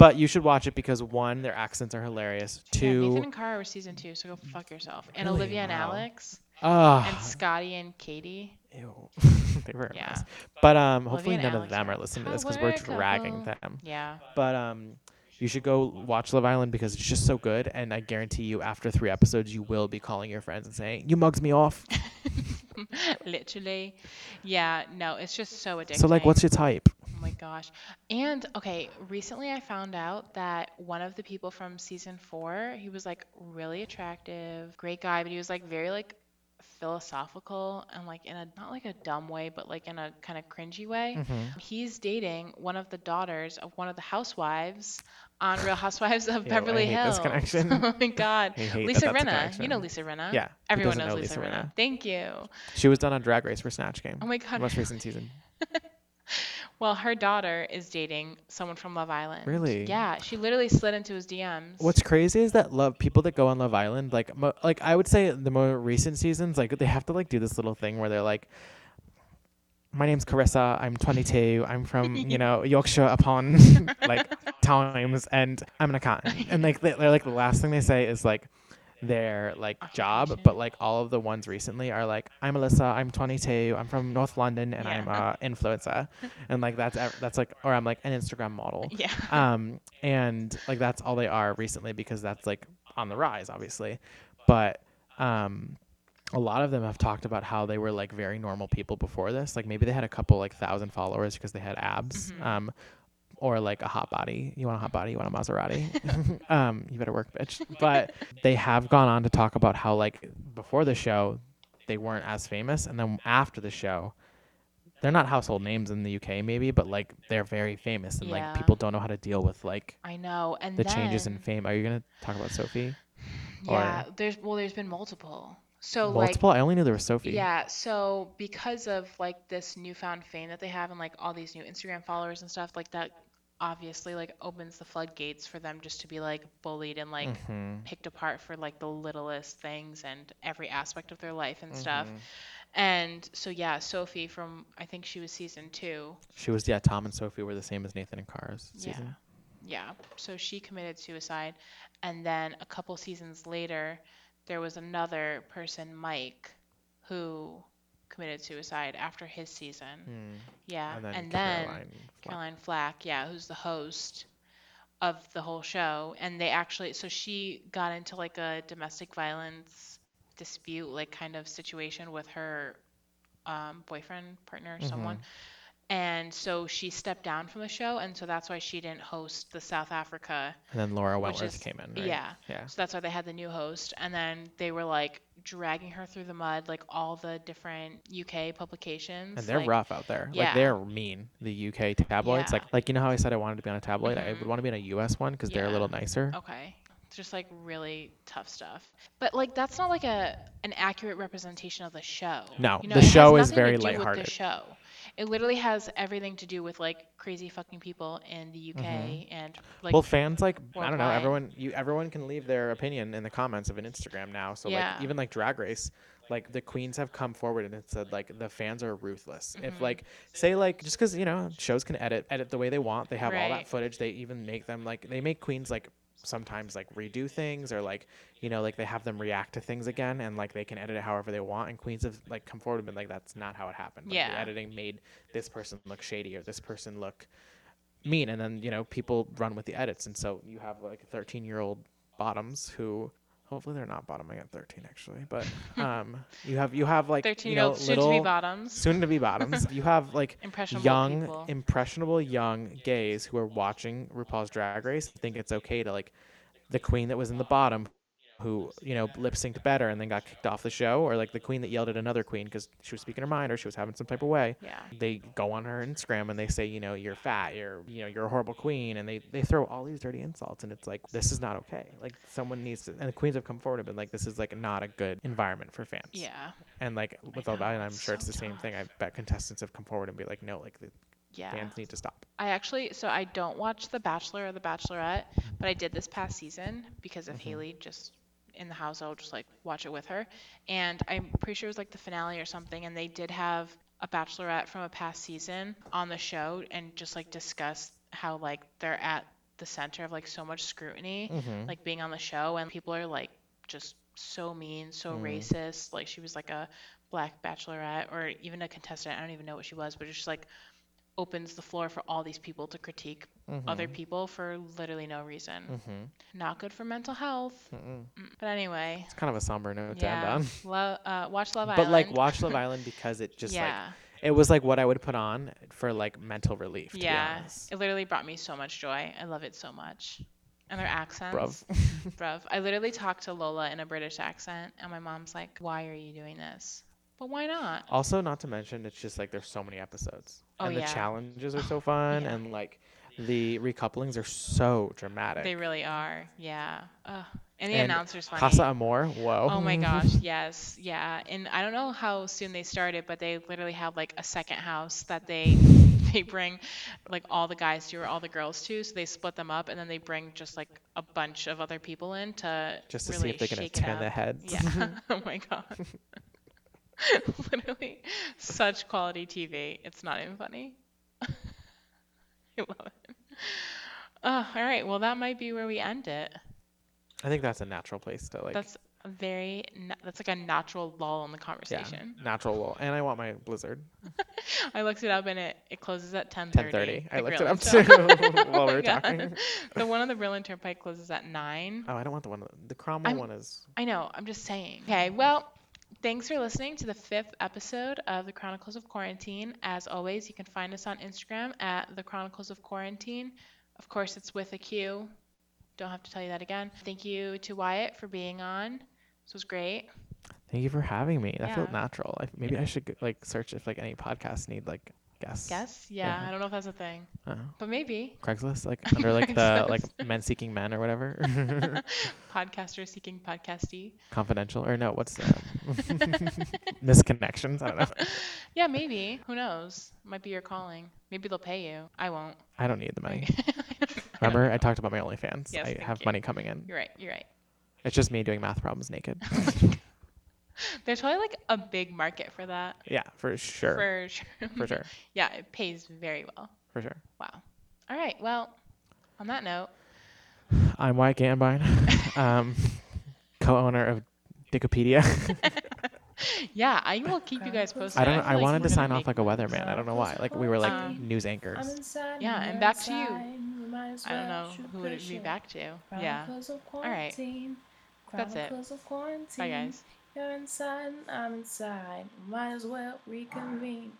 C: but you should watch it because one, their accents are hilarious.
B: Yeah,
C: Two,
B: Nathan and Cara were season two, so go fuck yourself. And
C: Mm, Really?
B: Olivia and
C: Wow.
B: Alex,
C: Oh,
B: and Scotty and Katie.
C: ew. they were a
B: Yeah.
C: mess. But um, hopefully
B: and
C: none of
B: Alex
C: them
B: are
C: are listening to
B: "Oh,
C: this because
B: we're
C: we're
B: a
C: dragging
B: couple."
C: them.
B: Yeah.
C: But um, you should go watch Love Island because it's just so good, and I guarantee you, after three episodes, you will be calling your friends and saying, "You mugged me off."
B: Literally. Yeah. No, it's just so addicting.
C: So like, what's your type?
B: Oh my gosh. And okay, recently I found out that one of the people from season four, he was like really attractive, great guy, but he was like very like philosophical and like in a not like a dumb way, but like in a kind of cringy way.
C: Mm-hmm.
B: He's dating one of the daughters of one of the housewives on Real Housewives of
C: Ew, I
B: Beverly
C: hate
B: Hills.
C: this connection.
B: Oh my god.
C: I hate that
B: Lisa
C: that's a
B: Rinna. You
C: connection.
B: know Lisa Rinna.
C: Yeah, who
B: Everyone
C: doesn't
B: knows
C: know
B: Lisa,
C: Lisa
B: Rinna.
C: Rinna?
B: Thank you.
C: She was done on Drag Race for Snatch Game.
B: Oh my god.
C: Most recent season.
B: Well, her daughter is dating someone from Love Island.
C: Really?
B: Yeah, she literally slid into his DMs.
C: What's crazy is that love people that go on Love Island, like mo- like I would say the more recent seasons, like they have to like do this little thing where they're like, "My name's Carissa. I'm 22. I'm from you know Yorkshire upon like times, and I'm an accountant." And like they- they're like the last thing they say is like their like job, but like all of the ones recently are like, "I'm Alyssa. I'm 22. I'm from North London, and I'm
B: Yeah.
C: a influencer," and like that's ev- that's like, or I'm like an Instagram model
B: Yeah.
C: um and like that's all they are recently because that's like on the rise obviously but um a lot of them have talked about how they were like very normal people before this like maybe they had a couple like thousand followers because they had abs um or like a hot body you want a hot body you want a maserati um you better work bitch but they have gone on to talk about how like before the show they weren't as famous and then after the show they're not household names in the UK maybe but like they're very famous and
B: Yeah.
C: like people don't know how to deal with like
B: I know. And
C: the changes in
B: then-
C: fame. Are you gonna talk about Sophie? or-
B: Yeah, there's well, there's been multiple. So
C: Multiple?
B: like
C: I only knew there was Sophie.
B: yeah, so because of like this newfound fame that they have and like all these new Instagram followers and stuff like that obviously like opens the floodgates for them just to be like bullied and like
C: Mhm.
B: picked apart for like the littlest things and every aspect of their life and
C: Mm-hmm.
B: stuff. And so yeah, Sophie from I think she was season 2.
C: She was yeah. Tom and Sophie were the same as Nathan and Cars season.
B: Yeah. So she committed suicide. And then a couple seasons later, there was another person, Mike, who committed suicide after his season. Yeah.
C: And then Caroline. Flack.
B: Caroline Flack, yeah, who's the host of the whole show. And they actually, so she got into like a domestic violence dispute, like kind of situation with her um, boyfriend, partner,
C: Mm-hmm.
B: someone. And so she stepped down from the show. And so that's why she didn't host the South Africa.
C: And then Laura Wentworth
B: is-
C: came in. Right?
B: yeah.
C: Yeah.
B: So that's why they had the new host. And then they were like dragging her through the mud, like all the different UK publications.
C: And they're
B: like,
C: rough out there.
B: yeah.
C: Like they're mean. The UK tabloids.
B: Yeah.
C: Like like you know how I said I wanted to be on a tabloid. I
B: Mhm.
C: would want to be on a US one because they're a
B: Yeah.
C: little nicer.
B: Okay. It's Just like really tough stuff. But like that's not like a an accurate representation of the show.
C: No,
B: You know,
C: the
B: it has
C: show is
B: nothing to
C: very
B: do with
C: lighthearted.
B: The show. It literally has everything to do with like crazy fucking people in the UK and like
C: Mm-hmm. well, fans like I don't know.
B: worldwide.
C: Everyone, you everyone can leave their opinion in the comments of an Instagram now. So
B: Yeah.
C: like even like Drag Race, like the queens have come forward and it said like the fans are ruthless.
B: Mm-hmm.
C: If like say like just because you know shows can edit edit the way they want, they have all
B: Right.
C: that footage. They even make them like they make queens like sometimes like redo things or like you know like they have them react to things again and like they can edit it however they want and queens have like come forward and been like that's not how it happened like,
B: Yeah.
C: the editing made this person look shady or this person look mean and then you know people run with the edits and so you have like 13 year old bottoms who hopefully they're not bottoming at 13 actually but um you have you have like
B: 13
C: you
B: year
C: know,
B: old soon
C: little
B: to be bottoms.
C: soon to be bottoms you have like
B: Impressionable
C: young
B: people.
C: impressionable young gays who are watching RuPaul's Drag Race think it's okay to like the queen that was in the bottom who you know lip synced better and then got kicked off the show or like the queen that yelled at another queen because she was speaking her mind or she was having some type of way
B: Yeah.
C: they go on her Instagram and they say, you know, you're fat, you're, you know, you're a horrible queen, and they they throw all these dirty insults, and it's like this is not okay. Like someone needs to, and the queens have come forward and been like, this is like not a good environment for fans.
B: Yeah.
C: And like with
B: I
C: all
B: know,
C: that, and I'm
B: it's
C: sure
B: so
C: it's the same thing. I bet contestants have come forward and be like, no, like the
B: Yeah.
C: fans need to stop.
B: I actually, so I don't watch The Bachelor or The Bachelorette, but I did this past season because of Haley just in the house. I'll just like watch it with her. And I'm pretty sure it was like the finale or something. And they did have a Bachelorette from a past season on the show and just like discuss how like they're at the center of like so much scrutiny, like being on the show. And people are like just so mean, so racist. Like she was like a black Bachelorette or even a contestant. I don't even know what she was, but it's just like, opens the floor for all these people to critique
C: Mm-hmm.
B: other people for literally no reason. Not good for mental health. Mm. But anyway,
C: It's kind of a somber note to end
B: yeah,
C: on.
B: lo- uh, watch Love
C: But
B: Island.
C: like watch Love Island because it just
B: yeah,
C: like it was like what I would put on for like mental relief. To Be
B: yeah,
C: honest.
B: it literally brought me so much joy. I love it so much. And their accents,
C: Bruv.
B: bruv. I literally talked to Lola in a British accent, and my mom's like, "Why are you doing this?" But why not?
C: Also, not to mention, it's just like there's so many episodes,
B: Oh,
C: and the
B: yeah.
C: challenges are so fun,
B: yeah.
C: and like The recouplings are so dramatic.
B: They really are. Yeah. Ugh. and the
C: And
B: announcer's funny.
C: Casa Amor, whoa.
B: Oh my gosh, yes, yeah. And I don't know how soon they started, but they literally have like a second house that they they bring like all the guys to or all the girls to. So they split them up and then they bring just like a bunch of other people in to
C: Just to see
B: really
C: if they can
B: shake it
C: turn
B: up.
C: their heads.
B: Yeah. oh my god. literally such quality TV. It's not even funny. I love it. Oh, all right. Well, that might be where we end it.
C: I think that's a natural place to like
B: That's a very na- that's like a natural lull in the
C: yeah,
B: conversation.
C: natural lull. And I want my blizzard.
B: I looked it up and it, it closes at 10:30.
C: 10:30. I
B: the
C: looked it
B: Grill
C: up
B: and Turnpike.
C: too while we
B: Oh
C: were
B: my God.
C: talking.
B: The one on the Brill and Turnpike closes at 9.
C: Oh, I don't want the one. The Cromwell
B: I'm-
C: one is
B: I know, I'm just saying. Okay, well, thanks for listening to the fifth episode of The Chronicles of Quarantine. As always, you can find us on Instagram at The Chronicles of Quarantine. Of course, it's with a Q. Don't have to tell you that again. Thank you to Wyatt for being on. This was great.
C: Thank you for having me. That felt
B: Yeah.
C: natural. I, maybe I should g- like search if like any podcasts need like guests.
B: Guess? Yeah,
C: Yeah.
B: I don't know if that's a thing,
C: Uh,
B: but maybe.
C: Craigslist, like under like the like men seeking men or whatever.
B: Podcaster seeking podcastee.
C: Confidential or no? What's that? Misconnections. I don't know.
B: Yeah, maybe. Who knows? Might be your calling. Maybe they'll pay you. I won't.
C: I don't need the money.
B: you're
C: Remember, I talked about my OnlyFans.
B: Yes,
C: I
B: thank
C: have
B: you.
C: money coming in.
B: right. You're right.
C: It's just me doing math problems naked.
B: There's probably like a big market for that.
C: yeah, for sure.
B: For sure.
C: For, sure.
B: yeah, it pays very well.
C: For sure.
B: Wow. All right. Well, on that note,
C: I'm Wyatt Gambine, um, co-owner of Wikipedia.
B: yeah, I will keep you guys
A: I
B: posted.
C: I don't. know.
B: feel
C: I
B: like
C: wanted
B: we're gonna
C: to sign off
B: make-
C: like a weatherman. I don't know why. Like we were like
B: Um,
C: news anchors.
B: Yeah, and back to you. I don't know who would it be back to. Yeah.
A: All
B: right. That's it.
A: Bye,
B: Bye, guys.
A: You're inside, and I'm inside. Might as well reconvene.